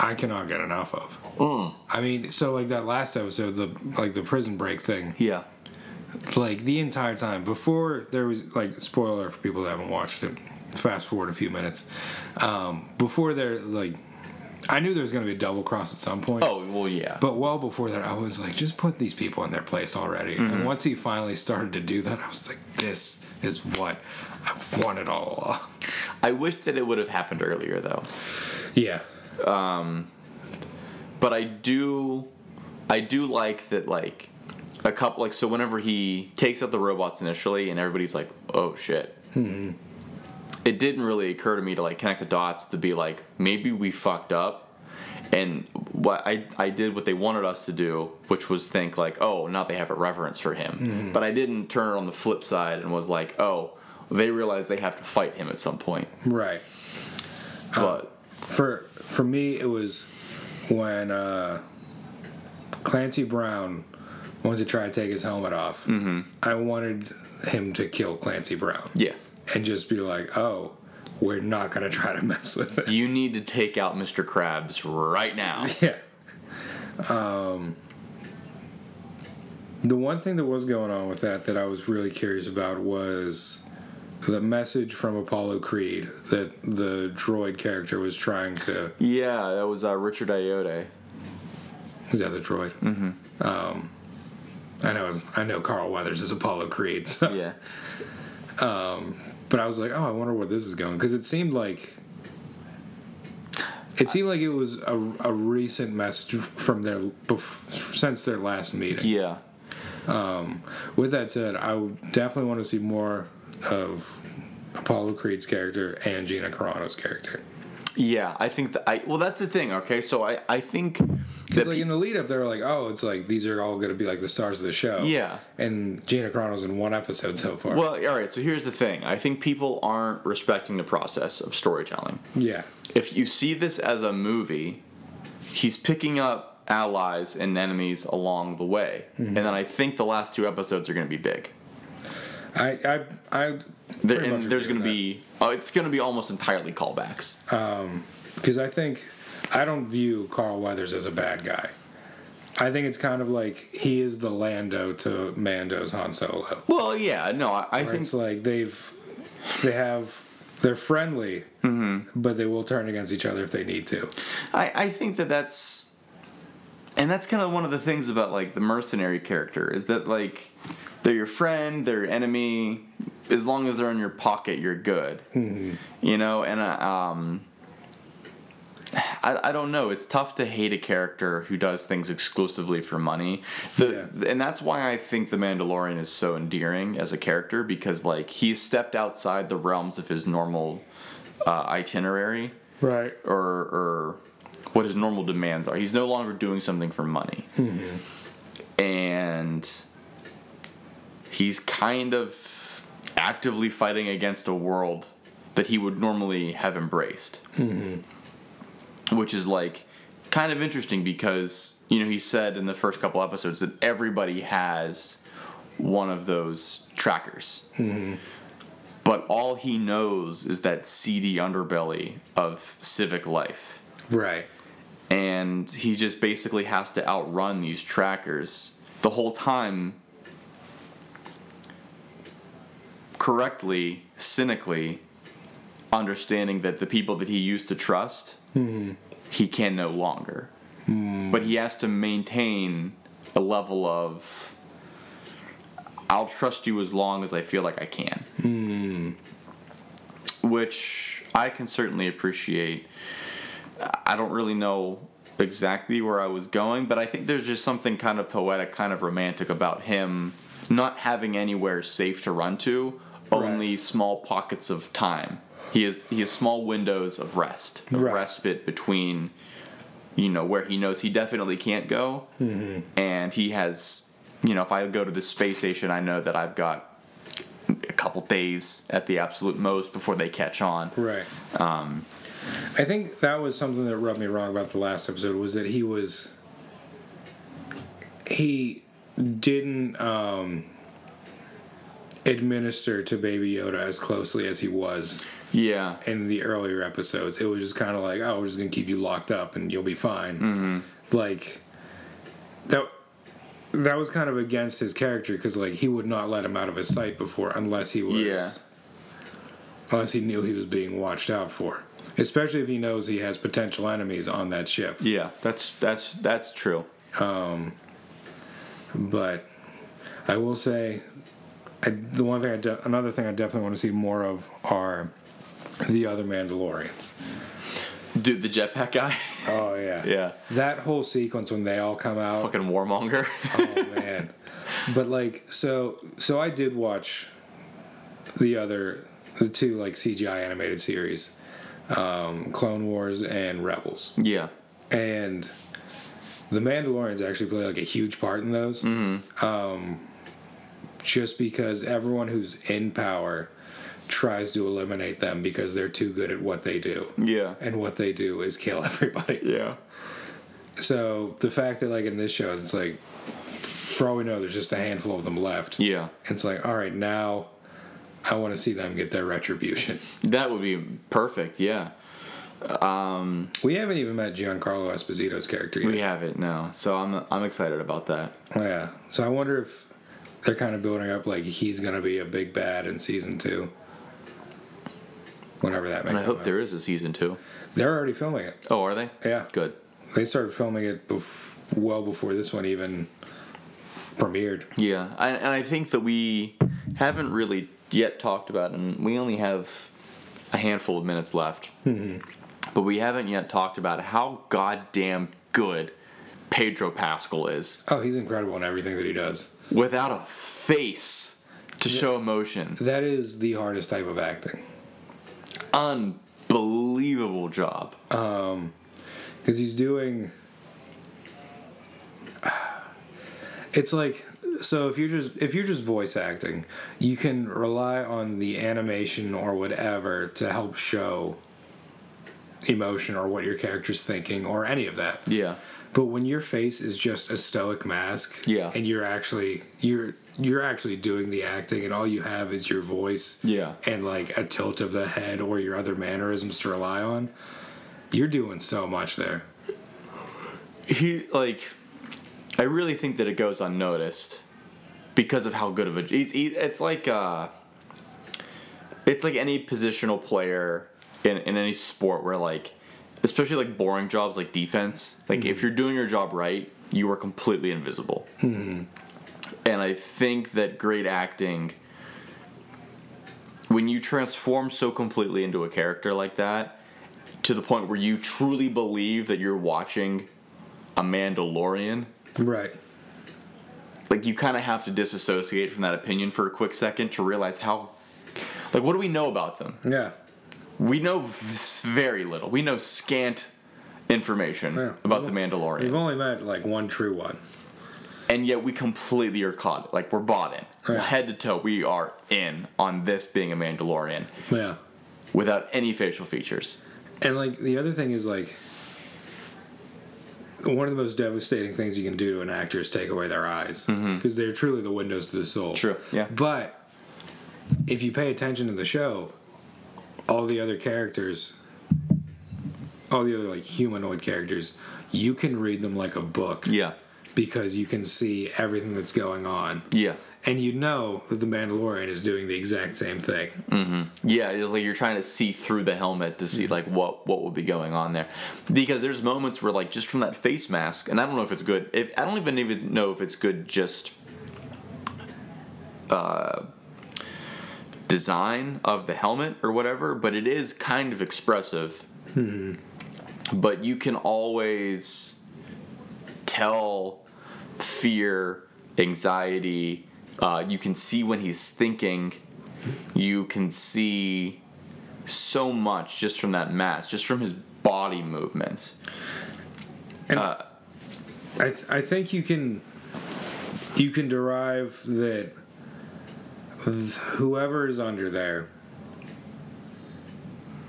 Speaker 4: I cannot get enough of.
Speaker 3: Hmm.
Speaker 4: I mean, so like that last episode, the like the prison break thing,
Speaker 3: Yeah.
Speaker 4: like the entire time before there was like spoiler for people that haven't watched it. Fast forward a few minutes, um, before there like, I knew there was going to be a double cross at some point.
Speaker 3: Oh well, yeah.
Speaker 4: But well before that, I was like, just put these people in their place already.
Speaker 3: Mm-hmm.
Speaker 4: And once he finally started to do that, I was like, this is what I've wanted all along.
Speaker 3: I wish that it would have happened earlier, though.
Speaker 4: Yeah.
Speaker 3: but I do, I do like that like a couple like so whenever he takes out the robots initially and everybody's like oh shit. It didn't really occur to me to like connect the dots to be like maybe we fucked up, and what I I did what they wanted us to do, which was think like oh now they have a reverence for him, but I didn't turn it on the flip side and was like oh they realize they have to fight him at some point,
Speaker 4: Right.
Speaker 3: but
Speaker 4: For for me, it was when uh, Clancy Brown wanted to try to take his helmet off. I wanted him to kill Clancy Brown.
Speaker 3: yeah.
Speaker 4: And just be like, oh, we're not going to try to [laughs] mess with it.
Speaker 3: You need to take out Mr. Krabs right now.
Speaker 4: Yeah. Um, the one thing that was going on with that that I was really curious about was the message from Apollo Creed that the droid character was trying to.
Speaker 3: Yeah, that was uh, Richard Ayoade.
Speaker 4: Is that the droid? Mm-hmm. Um, I know. it's- I know Carl Weathers is Apollo Creed. So.
Speaker 3: Yeah.
Speaker 4: But I was like, oh, I wonder where this is going because it seemed like. It seemed like it was a, a recent message from their bef- since their last meeting.
Speaker 3: Yeah.
Speaker 4: With that said, I would definitely want to see more of Apollo Creed's character and Gina Carano's character.
Speaker 3: Yeah, I think that I well that's the thing, okay? So I I think that
Speaker 4: Because like in the lead up, they're like, "Oh, it's like these are all going to be like the stars of the show."
Speaker 3: Yeah.
Speaker 4: and Gina Carano's in one episode so far.
Speaker 3: well, all right, so here's the thing. I think people aren't respecting the process of storytelling.
Speaker 4: yeah,
Speaker 3: If you see this as a movie, he's picking up allies and enemies along the way.
Speaker 4: Mm-hmm.
Speaker 3: And then I think the last two episodes are going to be big.
Speaker 4: I, I, I.
Speaker 3: There, and there's going to be oh, it's going to be almost entirely callbacks.
Speaker 4: Uh, because I think I don't view Carl Weathers as a bad guy. I think it's kind of like he is the Lando to Mando's Han Solo.
Speaker 3: Well, yeah, no, I, I
Speaker 4: Where
Speaker 3: think
Speaker 4: it's like they've they have they're friendly
Speaker 3: Mm-hmm.
Speaker 4: but they will turn against each other if they need to
Speaker 3: I, I think that that's and that's kind of one of the things about like the mercenary character is that like they're your friend they're your enemy as long as they're in your pocket you're good you know and uh, um I, I don't know it's tough to hate a character who does things exclusively for money the, and that's why i think the mandalorian is so endearing as a character because like he's stepped outside the realms of his normal uh, itinerary
Speaker 4: right
Speaker 3: or or what his normal demands are. He's no longer doing something for money, and he's kind of actively fighting against a world that he would normally have embraced, which is like kind of interesting because you know he said in the first couple episodes that everybody has one of those trackers. But all he knows is that seedy underbelly of civic life
Speaker 4: Right.
Speaker 3: and he just basically has to outrun these trackers the whole time correctly cynically understanding that the people that he used to trust he can no longer but he has to maintain a level of i'll trust you as long as i feel like i can which i can certainly appreciate I don't really know exactly where I was going, but I think there's just something kind of poetic, kind of romantic about him not having anywhere safe to run to, only small pockets of time. He has he has small windows of rest, of
Speaker 4: Right.
Speaker 3: respite between, you know, where he knows he definitely can't go,
Speaker 4: Mm-hmm.
Speaker 3: and he has, you know, if I go to the space station, I know that I've got a couple days at the absolute most before they catch on.
Speaker 4: Right. Um, I think that was something that rubbed me wrong about the last episode was that he was he didn't um, administer to Baby Yoda as closely as he was
Speaker 3: Yeah.
Speaker 4: in the earlier episodes. It was just kind of like, oh, we're just gonna keep you locked up and you'll be fine. Like that. That was kind of against his character because, like, he would not let him out of his sight before unless he was,
Speaker 3: Yeah.
Speaker 4: unless he knew he was being watched out for. Especially if he knows he has potential enemies on that ship.
Speaker 3: Yeah, that's that's that's true.
Speaker 4: But I will say, I, the one thing I de- another thing I definitely want to see more of are the other Mandalorians.
Speaker 3: Dude, the jetpack guy. [laughs]
Speaker 4: Oh yeah,
Speaker 3: Yeah.
Speaker 4: That whole sequence when they all come out,
Speaker 3: Fucking warmonger. [laughs]
Speaker 4: oh man but like so so i did watch the other the two like cgi animated series um, clone wars and rebels
Speaker 3: yeah.
Speaker 4: and the mandalorians actually play like a huge part in those um, just because everyone who's in power tries to eliminate them because they're too good at what they do
Speaker 3: Yeah.
Speaker 4: and what they do is kill [laughs] everybody
Speaker 3: Yeah.
Speaker 4: so the fact that like in this show, it's like for all we know, there's just a handful of them left.
Speaker 3: Yeah.
Speaker 4: It's like all right now, I want to see them get their retribution.
Speaker 3: That would be perfect. Yeah.
Speaker 4: We haven't even met Giancarlo Esposito's character yet.
Speaker 3: We have it now. So I'm I'm excited about that.
Speaker 4: Oh, Yeah. So I wonder if they're kind of building up like he's gonna be a big bad in season two. Whenever that may
Speaker 3: And I
Speaker 4: come
Speaker 3: hope
Speaker 4: out.
Speaker 3: there is a season 2.
Speaker 4: They're already filming it.
Speaker 3: Oh, are they?
Speaker 4: Yeah.
Speaker 3: Good.
Speaker 4: They started filming it bef- well before this one even premiered.
Speaker 3: Yeah. I, and I think that we haven't really yet talked about and we only have a handful of minutes left. But we haven't yet talked about how goddamn good Pedro Pascal is.
Speaker 4: Oh, he's incredible in everything that he does.
Speaker 3: without a face to show emotion.
Speaker 4: That is the hardest type of acting.
Speaker 3: Unbelievable job.
Speaker 4: because he's doing. [sighs] It's like so if you're just if you're just voice acting, you can rely on the animation or whatever to help show emotion or what your character's thinking or any of that.
Speaker 3: Yeah.
Speaker 4: But when your face is just a stoic mask,
Speaker 3: Yeah.
Speaker 4: and you're actually you're you're actually doing the acting, and all you have is your voice,
Speaker 3: Yeah.
Speaker 4: and like a tilt of the head or your other mannerisms to rely on. You're doing so much there.
Speaker 3: He like I really think that it goes unnoticed because of how good of a he's, he, it's like uh it's like any positional player in, in any sport where like especially like boring jobs like defense like if you're doing your job right you are completely invisible and i think that great acting when you transform so completely into a character like that to the point where you truly believe that you're watching a mandalorian
Speaker 4: Right.
Speaker 3: like you kind of have to disassociate from that opinion for a quick second to realize how like what do we know about them
Speaker 4: Yeah.
Speaker 3: we know v- very little we know scant information
Speaker 4: Yeah.
Speaker 3: about the
Speaker 4: We've
Speaker 3: mandalorian
Speaker 4: only met like one true one.
Speaker 3: and yet we completely are caught like we're bought in
Speaker 4: Yeah.
Speaker 3: head to toe we are in on this being a mandalorian
Speaker 4: Yeah.
Speaker 3: without any facial features
Speaker 4: And like the other thing is like one of the most devastating things you can do to an actor is take away their eyes because they're truly the windows to the soul.
Speaker 3: Mm-hmm. True, yeah.
Speaker 4: But if you pay attention to the show, all the other characters, all the other like humanoid characters, you can read them like a book.
Speaker 3: Yeah.
Speaker 4: Because you can see everything that's going on.
Speaker 3: Yeah.
Speaker 4: And you know that the Mandalorian is doing the exact same thing.
Speaker 3: Yeah, it's like you're trying to see through the helmet to see like what what would be going on there, because there's moments where like just from that face mask, and I don't know if it's good. If I don't even even know if it's good just uh, design of the helmet or whatever, but it is kind of expressive. But you can always tell fear, anxiety. Uh, you can see when he's thinking you can see so much just from that mask, just from his body movements.
Speaker 4: I, th- I think you can you can derive that th- whoever is under there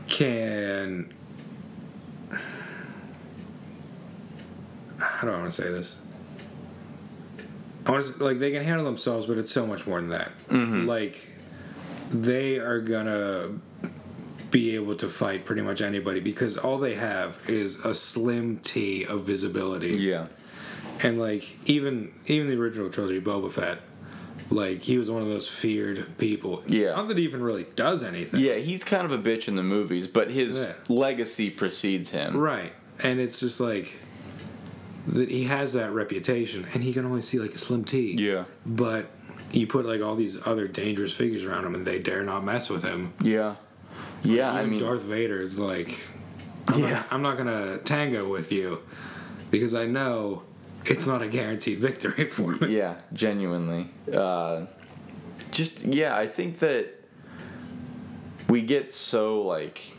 Speaker 4: can how do I want to say this? I want to like they can handle themselves, but it's so much more than that. Like they are gonna be able to fight pretty much anybody because all they have is a slim t of visibility
Speaker 3: Yeah.
Speaker 4: and like even even the original trilogy, Boba Fett, like he was one of those feared people.
Speaker 3: Yeah.
Speaker 4: not that he even really does anything.
Speaker 3: Yeah, he's kind of a bitch in the movies, but his
Speaker 4: Yeah.
Speaker 3: legacy precedes him.
Speaker 4: right. And it's just like that he has that reputation, and he can only see like a slim T.
Speaker 3: Yeah.
Speaker 4: but you put like all these other dangerous figures around him, and they dare not mess with him.
Speaker 3: Yeah. Yeah, I
Speaker 4: Even
Speaker 3: mean,
Speaker 4: Darth Vader is like, I'm,
Speaker 3: Yeah.
Speaker 4: not, I'm not gonna tango with you because I know it's not a guaranteed victory [laughs] for me.
Speaker 3: yeah, genuinely. Uh, just, yeah, I think that we get so, like,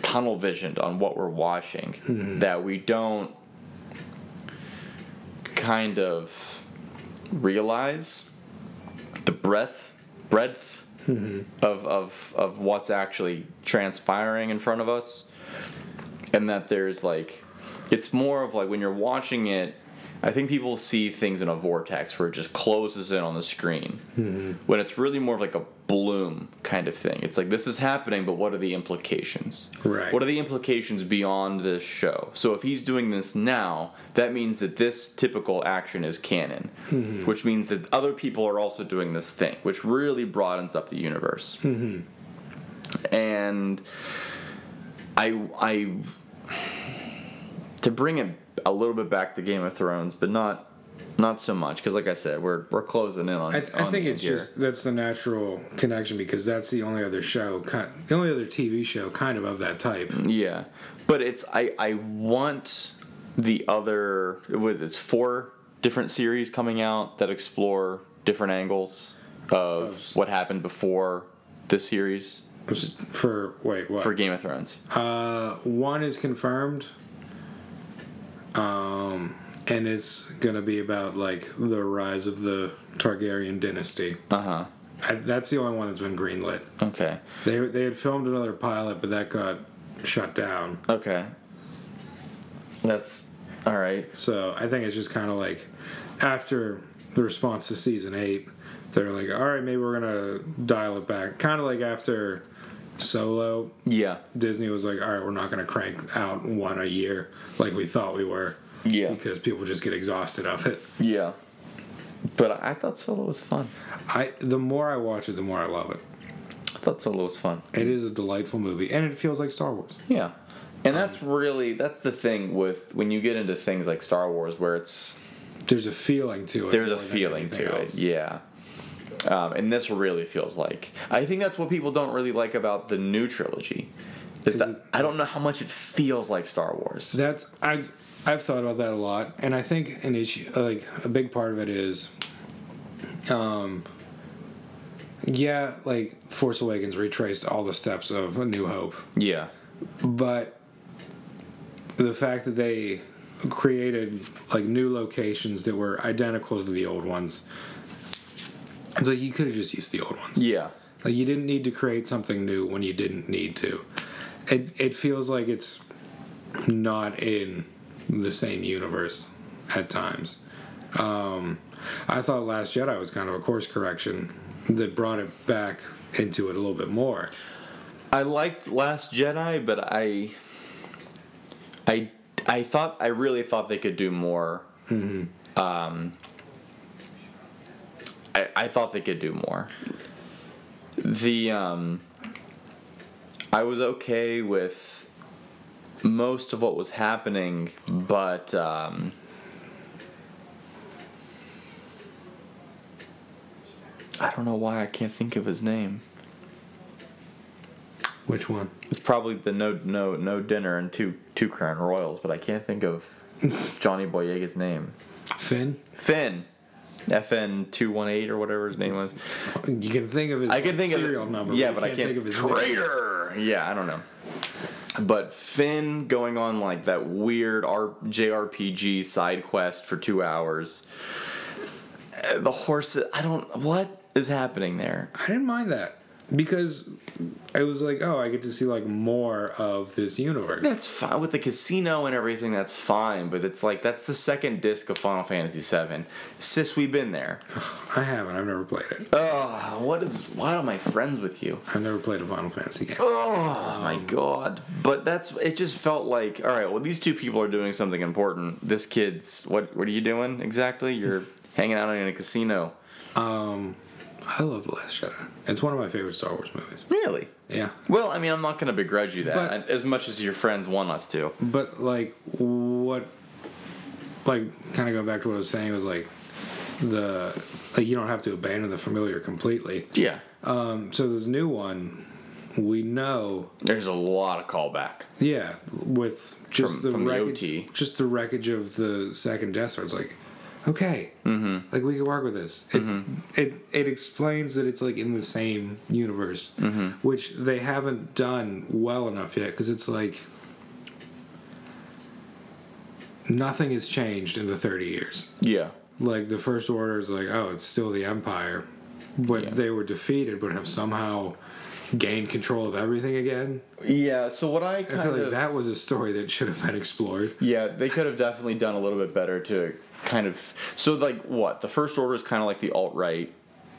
Speaker 3: tunnel visioned on what we're watching that we don't kind of realize the breadth breadth of, of of what's actually transpiring in front of us and that there's like it's more of like when you're watching it i think people see things in a vortex where it just closes in on the screen when it's really more of like a bloom kind of thing it's like this is happening but what are the implications
Speaker 4: Right.
Speaker 3: what are the implications beyond this show so if he's doing this now that means that this typical action is canon which means that other people are also doing this thing which really broadens up the universe and I I to bring it a little bit back to Game of Thrones, but not not so much because, like I said, we're we're closing in on.
Speaker 4: I, th-
Speaker 3: on
Speaker 4: I think
Speaker 3: the
Speaker 4: it's
Speaker 3: end here.
Speaker 4: just that's the natural connection because that's the only other show, ki- the only other TV show kind of of that type.
Speaker 3: yeah, but it's I I want the other with it's four different series coming out that explore different angles of what happened before this series
Speaker 4: For wait, what?
Speaker 3: for Game of Thrones.
Speaker 4: uh, one is confirmed, um, and it's gonna be about like the rise of the Targaryen dynasty.
Speaker 3: Uh huh.
Speaker 4: I, that's the only one that's been greenlit.
Speaker 3: Okay.
Speaker 4: They they had filmed another pilot, but that got shut down.
Speaker 3: Okay. That's all right.
Speaker 4: So I think it's just kind of like after the response to season eight, they're like, all right, maybe we're gonna dial it back. Kind of like after Solo,
Speaker 3: Yeah.
Speaker 4: Disney was like, all right, we're not gonna crank out one a year like we thought we were
Speaker 3: Yeah.
Speaker 4: because people just get exhausted of it.
Speaker 3: Yeah. But I thought solo was fun.
Speaker 4: I the more I watch it, the more I love it.
Speaker 3: I thought solo was fun.
Speaker 4: It is a delightful movie, and it feels like Star Wars.
Speaker 3: Yeah. And that's
Speaker 4: Um,
Speaker 3: really that's the thing with when you get into things like Star Wars where it's
Speaker 4: There's a feeling to it.
Speaker 3: there's a
Speaker 4: more than
Speaker 3: feeling
Speaker 4: anything
Speaker 3: to
Speaker 4: else.
Speaker 3: it. Yeah. Um, and this really feels like I think that's what people don't really like about the new trilogy. Is, that
Speaker 4: it-
Speaker 3: I don't know how much it feels like Star Wars.
Speaker 4: That's I I've thought about that a lot, and I think an issue like a big part of it is, um, yeah, like Force Awakens retraced all the steps of A New Hope,
Speaker 3: yeah.
Speaker 4: but the fact that they created like new locations that were identical to the old ones. It's like you could have just used the old ones.
Speaker 3: Yeah.
Speaker 4: Like you didn't need to create something new when you didn't need to. It it feels like it's not in the same universe at times. Um, I thought Last Jedi was kind of a course correction that brought it back into it a little bit more.
Speaker 3: I liked Last Jedi, but I, I, I thought I really thought they could do more. Um, I, I thought they could do more. The um, I was okay with most of what was happening, but um, I don't know why I can't think of his name.
Speaker 4: Which one?
Speaker 3: It's probably the no no no dinner and two two crown royals, but I can't think of
Speaker 4: [laughs]
Speaker 3: Johnny Boyega's name.
Speaker 4: Finn?
Speaker 3: Finn, FN two one eight or whatever his name was.
Speaker 4: You can think of his
Speaker 3: I can think
Speaker 4: serial
Speaker 3: of
Speaker 4: number.
Speaker 3: Yeah,
Speaker 4: you
Speaker 3: but I can't
Speaker 4: think of his name.
Speaker 3: traitor. Yeah, I don't know. But Finn going on like that weird R- JRPG side quest for two hours. Uh, The horses. I don't. What is happening there?
Speaker 4: I didn't mind that because it was like, oh, I get to see like more of this universe.
Speaker 3: That's fine with the casino and everything. That's fine, but it's like that's the second disc of Final Fantasy VII. Sis, we've been there.
Speaker 4: I haven't. I've never played it.
Speaker 3: Oh, what is? Why am I friends with you?
Speaker 4: I've never played a Final Fantasy game.
Speaker 3: Oh my god! But that's it. Just felt like all right. Well, these two people are doing something important. This kid's what? What are you doing exactly? [laughs] You're hanging out in a casino.
Speaker 4: Um, I love The Last Jedi. It's one of my favorite Star Wars movies.
Speaker 3: Really?
Speaker 4: Yeah,
Speaker 3: Well, I mean, I'm not gonna begrudge you that
Speaker 4: But-
Speaker 3: I- as much as your friends want us to.
Speaker 4: but like what, like kind of going back to what I was saying was like the like you don't have to abandon the familiar completely.
Speaker 3: Yeah.
Speaker 4: Um, so this new one, we know
Speaker 3: There's a lot of callback.
Speaker 4: Yeah, with just
Speaker 3: From-
Speaker 4: the
Speaker 3: from the
Speaker 4: wreckage,
Speaker 3: OT.
Speaker 4: just the wreckage of the second Death Star. It's like, okay, mm-hmm. like we can work with this. It's
Speaker 3: Mm-hmm.
Speaker 4: it it explains that it's like in the same universe,
Speaker 3: Mm-hmm.
Speaker 4: which they haven't done well enough yet because it's like nothing has changed in the thirty years.
Speaker 3: Yeah.
Speaker 4: Like the First Order is like, oh, it's still the Empire, but
Speaker 3: Yeah.
Speaker 4: they were defeated, but have somehow gained control of everything again.
Speaker 3: Yeah. So what I kind
Speaker 4: I feel like
Speaker 3: of
Speaker 4: that was a story that should have been explored.
Speaker 3: Yeah, they could have definitely done a little bit better to kind of so like what the first order is kind of like the alt right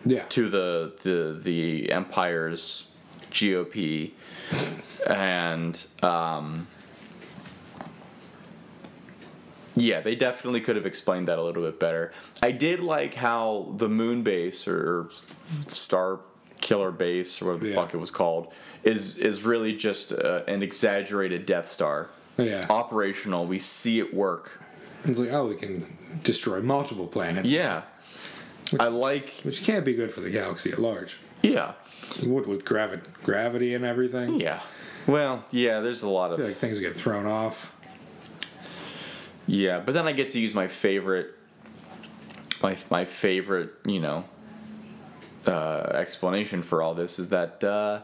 Speaker 4: Yeah.
Speaker 3: to the the the empire's GOP, and um, yeah, they definitely could have explained that a little bit better. I did like how the moon base or star killer base or whatever the
Speaker 4: Yeah.
Speaker 3: fuck it was called is is really just uh, an exaggerated Death Star
Speaker 4: Yeah.
Speaker 3: operational. We see it work.
Speaker 4: It's like, oh, we can destroy multiple planets.
Speaker 3: Yeah. I like,
Speaker 4: Which can't be good for the galaxy at large.
Speaker 3: yeah,
Speaker 4: What with gravi- gravity and everything?
Speaker 3: yeah. Well, yeah, there's a lot
Speaker 4: I feel
Speaker 3: of,
Speaker 4: like things get thrown off.
Speaker 3: yeah, but then I get to use my favorite, my, my favorite, you know, uh, explanation for all this is that, uh,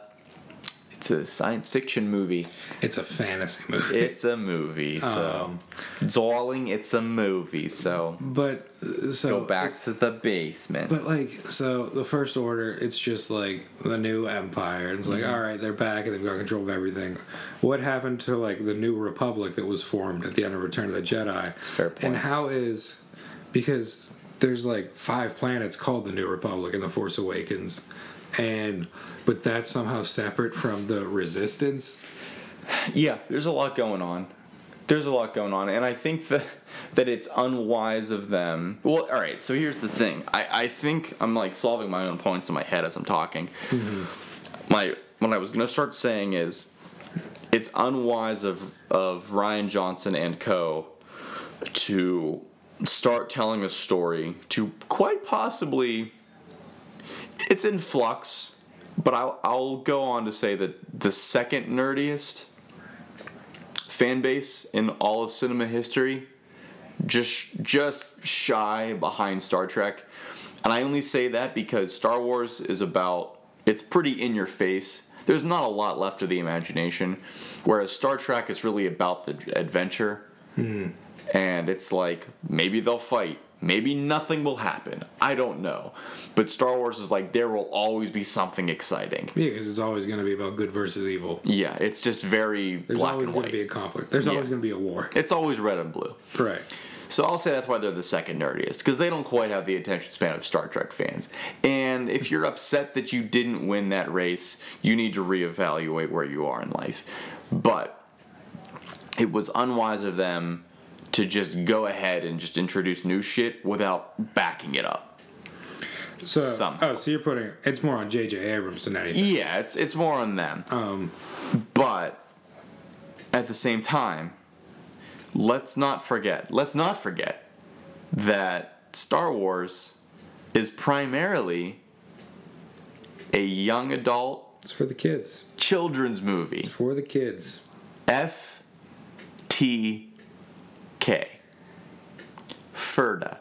Speaker 3: it's a science fiction
Speaker 4: [laughs]
Speaker 3: movie.
Speaker 4: It's a fantasy movie.
Speaker 3: It's a movie, so.
Speaker 4: Um.
Speaker 3: Darling, it's a movie, so.
Speaker 4: but uh, so
Speaker 3: Go back to the basement.
Speaker 4: But like, so the first order, it's just like the new empire. It's
Speaker 3: Mm-hmm.
Speaker 4: like, all right, they're back and they've got control of everything. What happened to like the new republic that was formed at the end of Return of the Jedi? It's
Speaker 3: fair point.
Speaker 4: And how is because there's like five planets called the New Republic in the Force Awakens, and but that's somehow separate from the Resistance.
Speaker 3: [laughs] Yeah, there's a lot going on. There's a lot going on, and I think that that it's unwise of them. Well, all right. So here's the thing. I I think I'm like solving my own points in my head as I'm talking. My what I was gonna start saying is, it's unwise of of Ryan Johnson and Co. to start telling a story to quite possibly. It's in flux, but I'll I'll go on to say that the second nerdiest fan base in all of cinema history just just shy behind Star Trek. And I only say that because Star Wars is about it's pretty in your face. There's not a lot left of the imagination, whereas Star Trek
Speaker 4: Hmm.
Speaker 3: is really about the adventure. And it's like maybe they'll fight, Maybe nothing will happen. I don't know. But Star Wars is like there will always be something exciting.
Speaker 4: Yeah, because it's always going to be about good versus evil.
Speaker 3: Yeah, it's just very
Speaker 4: There's
Speaker 3: black
Speaker 4: always
Speaker 3: and
Speaker 4: going to
Speaker 3: white.
Speaker 4: be a conflict. There's always
Speaker 3: Yeah.
Speaker 4: going to be a war.
Speaker 3: it's always red and blue.
Speaker 4: Right.
Speaker 3: So I'll say that's why they're the second nerdiest because they don't quite have the attention span of Star Trek fans. And if you're upset that you didn't win that race, you need to reevaluate where you are in life. But it was unwise of them to just go ahead and just introduce new shit without backing it up.
Speaker 4: So,
Speaker 3: Somehow.
Speaker 4: oh, so you're putting it's more on J.J. Abrams than anything.
Speaker 3: Yeah, it's it's more on them.
Speaker 4: Um,
Speaker 3: But at the same time, let's not forget, let's not forget that Star Wars is primarily a young adult
Speaker 4: it's for the kids.
Speaker 3: children's movie.
Speaker 4: For the kids.
Speaker 3: F T K. FERDA.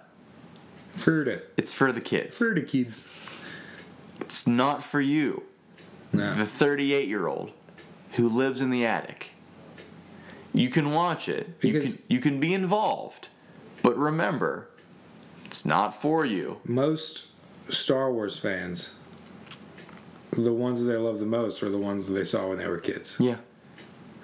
Speaker 4: For the
Speaker 3: It's for the kids.
Speaker 4: for the kids.
Speaker 3: It's not for you, the
Speaker 4: No.
Speaker 3: 38 year old who lives in the attic. You can watch it. You
Speaker 4: Because-
Speaker 3: can, you can be involved. But remember, it's not for you.
Speaker 4: Most Star Wars fans, the ones that they love the most, are the ones that they saw when they were kids.
Speaker 3: Yeah.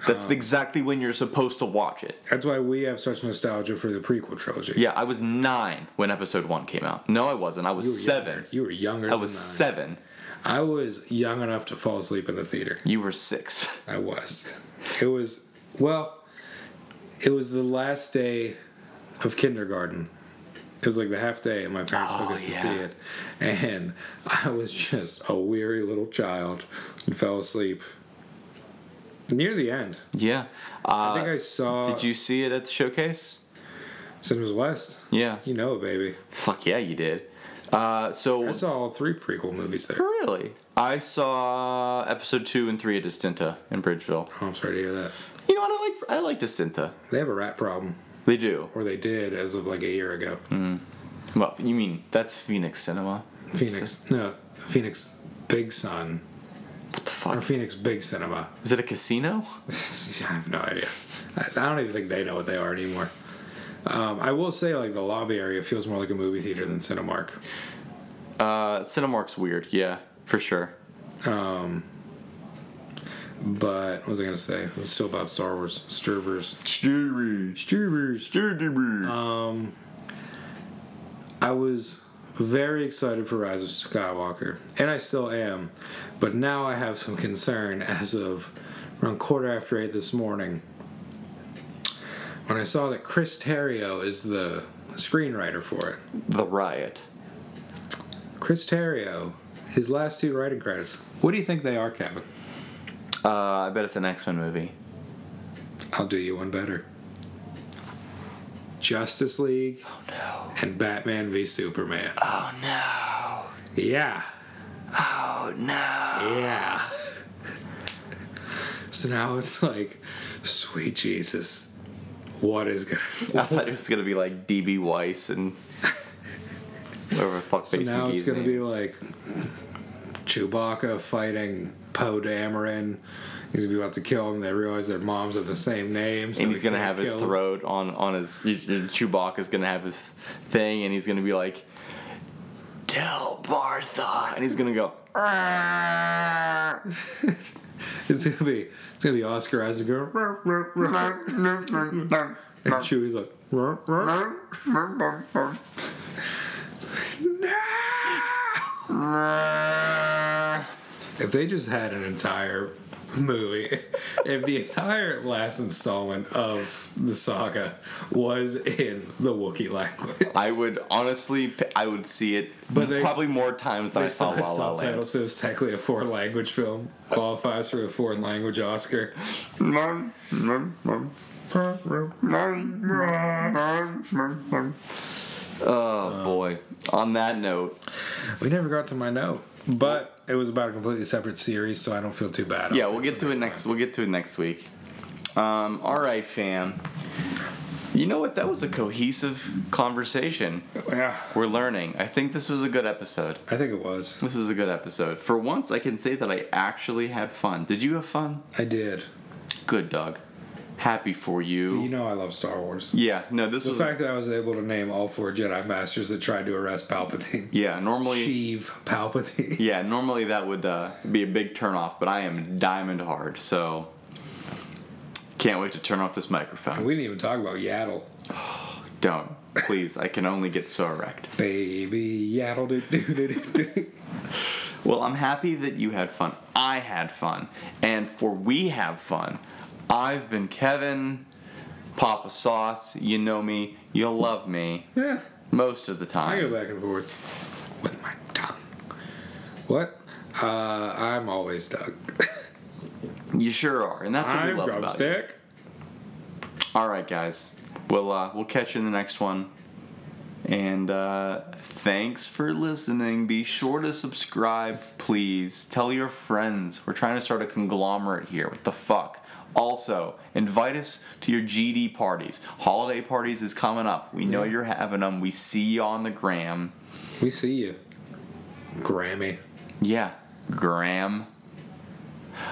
Speaker 3: That's exactly when you're supposed to watch it.
Speaker 4: That's why we have such nostalgia for the prequel trilogy.
Speaker 3: Yeah, I was nine when episode one came out. No, I wasn't. I was
Speaker 4: You were
Speaker 3: seven.
Speaker 4: Younger. You were younger.
Speaker 3: I
Speaker 4: than
Speaker 3: was
Speaker 4: I.
Speaker 3: seven.
Speaker 4: I was young enough to fall asleep in the theater.
Speaker 3: You
Speaker 4: [laughs]
Speaker 3: were six.
Speaker 4: I was. It was well. It was the last day of kindergarten. It was like the half day, and my parents took
Speaker 3: Oh,
Speaker 4: us
Speaker 3: yeah.
Speaker 4: to see it. And I was just a weary little child and fell asleep near the end.
Speaker 3: Yeah. Uh,
Speaker 4: I think I saw
Speaker 3: did you see it at the showcase?
Speaker 4: Cinemas West.
Speaker 3: Yeah.
Speaker 4: You know, it, baby.
Speaker 3: Fuck yeah, you did. Uh, so
Speaker 4: I saw all three prequel movies there.
Speaker 3: Really? I saw episode two and three of Distinta in Bridgeville.
Speaker 4: Oh, I'm sorry to hear that.
Speaker 3: You know what? I like I like Distinta.
Speaker 4: They have a rat problem,
Speaker 3: They do.
Speaker 4: or they did as of like a year ago.
Speaker 3: Hmm. Well, you mean that's Phoenix Cinema?
Speaker 4: Phoenix, no, Phoenix Big Sun
Speaker 3: What the
Speaker 4: or
Speaker 3: fuck?
Speaker 4: Phoenix Big Cinema.
Speaker 3: Is it a casino?
Speaker 4: [laughs] I have no idea. I, I don't even think they know what they are anymore. Um, I will say, like the lobby area feels more like a movie theater than Cinemark.
Speaker 3: Uh, Cinemark's weird. Yeah, for sure.
Speaker 4: But what was I gonna say? It's still about Star Wars. Stirvers.
Speaker 3: Stewie.
Speaker 4: Stirvers.
Speaker 3: Stewie.
Speaker 4: I was very excited for Rise of Skywalker, and I still am. But now I have some concern as of around quarter after eight this morning when I saw that Chris Terrio is the screenwriter for it.
Speaker 3: The riot.
Speaker 4: Chris Terrio, his last two writing credits. What do you think they are, Kevin?
Speaker 3: Uh, I bet it's an X Men movie.
Speaker 4: I'll do you one better. Justice League
Speaker 3: Oh, No.
Speaker 4: and Batman v Superman.
Speaker 3: Oh no.
Speaker 4: Yeah.
Speaker 3: Oh [laughs] no. [laughs]
Speaker 4: Yeah. So now it's like, sweet Jesus, what is gonna?
Speaker 3: I thought it was gonna be like DB Weiss and [laughs] whatever the fuck.
Speaker 4: So now it's gonna be
Speaker 3: like.
Speaker 4: like Chewbacca fighting Poe Dameron. He's gonna be about to kill him. They realize their moms have the same name. so
Speaker 3: and
Speaker 4: they
Speaker 3: he's gonna
Speaker 4: can't
Speaker 3: have his
Speaker 4: kill him.
Speaker 3: throat on on his he's- Chewbacca's gonna have his thing, and he's gonna be like, "Tell Bartha," and he's gonna go. "Arrgh."
Speaker 4: It's gonna be it's gonna be Oscar Isaac going "Ruh, ruh, ruh," and
Speaker 3: Uh-huh.
Speaker 4: Chewie's like "Ruh, ruh." if they just had an entire movie [laughs] if the entire last installment of the saga was in the Wookiee language
Speaker 3: I would honestly, p- I would see it,
Speaker 4: But they-
Speaker 3: probably more times than I
Speaker 4: they
Speaker 3: saw
Speaker 4: [laughs] still had
Speaker 3: La La
Speaker 4: subtitles
Speaker 3: Land.
Speaker 4: so it's technically a foreign language film qualifies for a foreign language Oscar Uh,
Speaker 3: Oh boy! On that note,
Speaker 4: we never got to my note but it was about a completely separate series so I don't feel too bad I'll
Speaker 3: yeah,
Speaker 4: save
Speaker 3: we'll
Speaker 4: it
Speaker 3: get
Speaker 4: for
Speaker 3: to it next. We'll get to it next week. Um, all right, fam. You know what? That was a cohesive conversation.
Speaker 4: time. yeah
Speaker 3: We're learning. I think this was a good episode.
Speaker 4: I think it was
Speaker 3: This was a good episode. For once, I can say that I actually had fun. Did you have fun?
Speaker 4: I did.
Speaker 3: Good, dog. happy for you.
Speaker 4: You know I love Star Wars.
Speaker 3: yeah, no, this
Speaker 4: The
Speaker 3: was
Speaker 4: fact that I was able to name all four Jedi Masters that tried to arrest Palpatine.
Speaker 3: yeah. Normally,
Speaker 4: Sheev Palpatine.
Speaker 3: yeah, normally that would uh, be a big turnoff, but I am diamond hard, so can't wait to turn off this microphone.
Speaker 4: We didn't even talk about Yaddle.
Speaker 3: Don't, please. I can only get so erect.
Speaker 4: Baby Yaddle doo doo doo doo doo.
Speaker 3: Well, I'm happy that you had fun. I had fun. And for we have fun, I've been Kevin, Papa Sauce. You know me. You love me.
Speaker 4: Yeah.
Speaker 3: Most of the time.
Speaker 4: I go back and forth with my tongue. What? Uh, I'm always Doug.
Speaker 3: You sure are. And that's what we
Speaker 4: I'm
Speaker 3: love about you.
Speaker 4: Drumstick.
Speaker 3: All right, guys. We'll, uh, we'll catch you in the next one. And uh, thanks for listening. Be sure to subscribe, please. Tell your friends. We're trying to start a conglomerate here. What the fuck? Also, invite us to your GD parties. Holiday parties is coming up. We know you're having them. We see you on the gram.
Speaker 4: We see you. Grammy.
Speaker 3: Yeah, gram.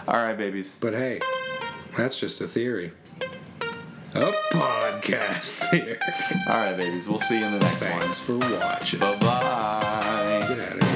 Speaker 3: All right, babies.
Speaker 4: But hey, that's just a theory. A podcast theory.
Speaker 3: All right, babies. We'll see you in the next
Speaker 4: Thanks
Speaker 3: one.
Speaker 4: for watching.
Speaker 3: Bye bye.
Speaker 4: Get out of here.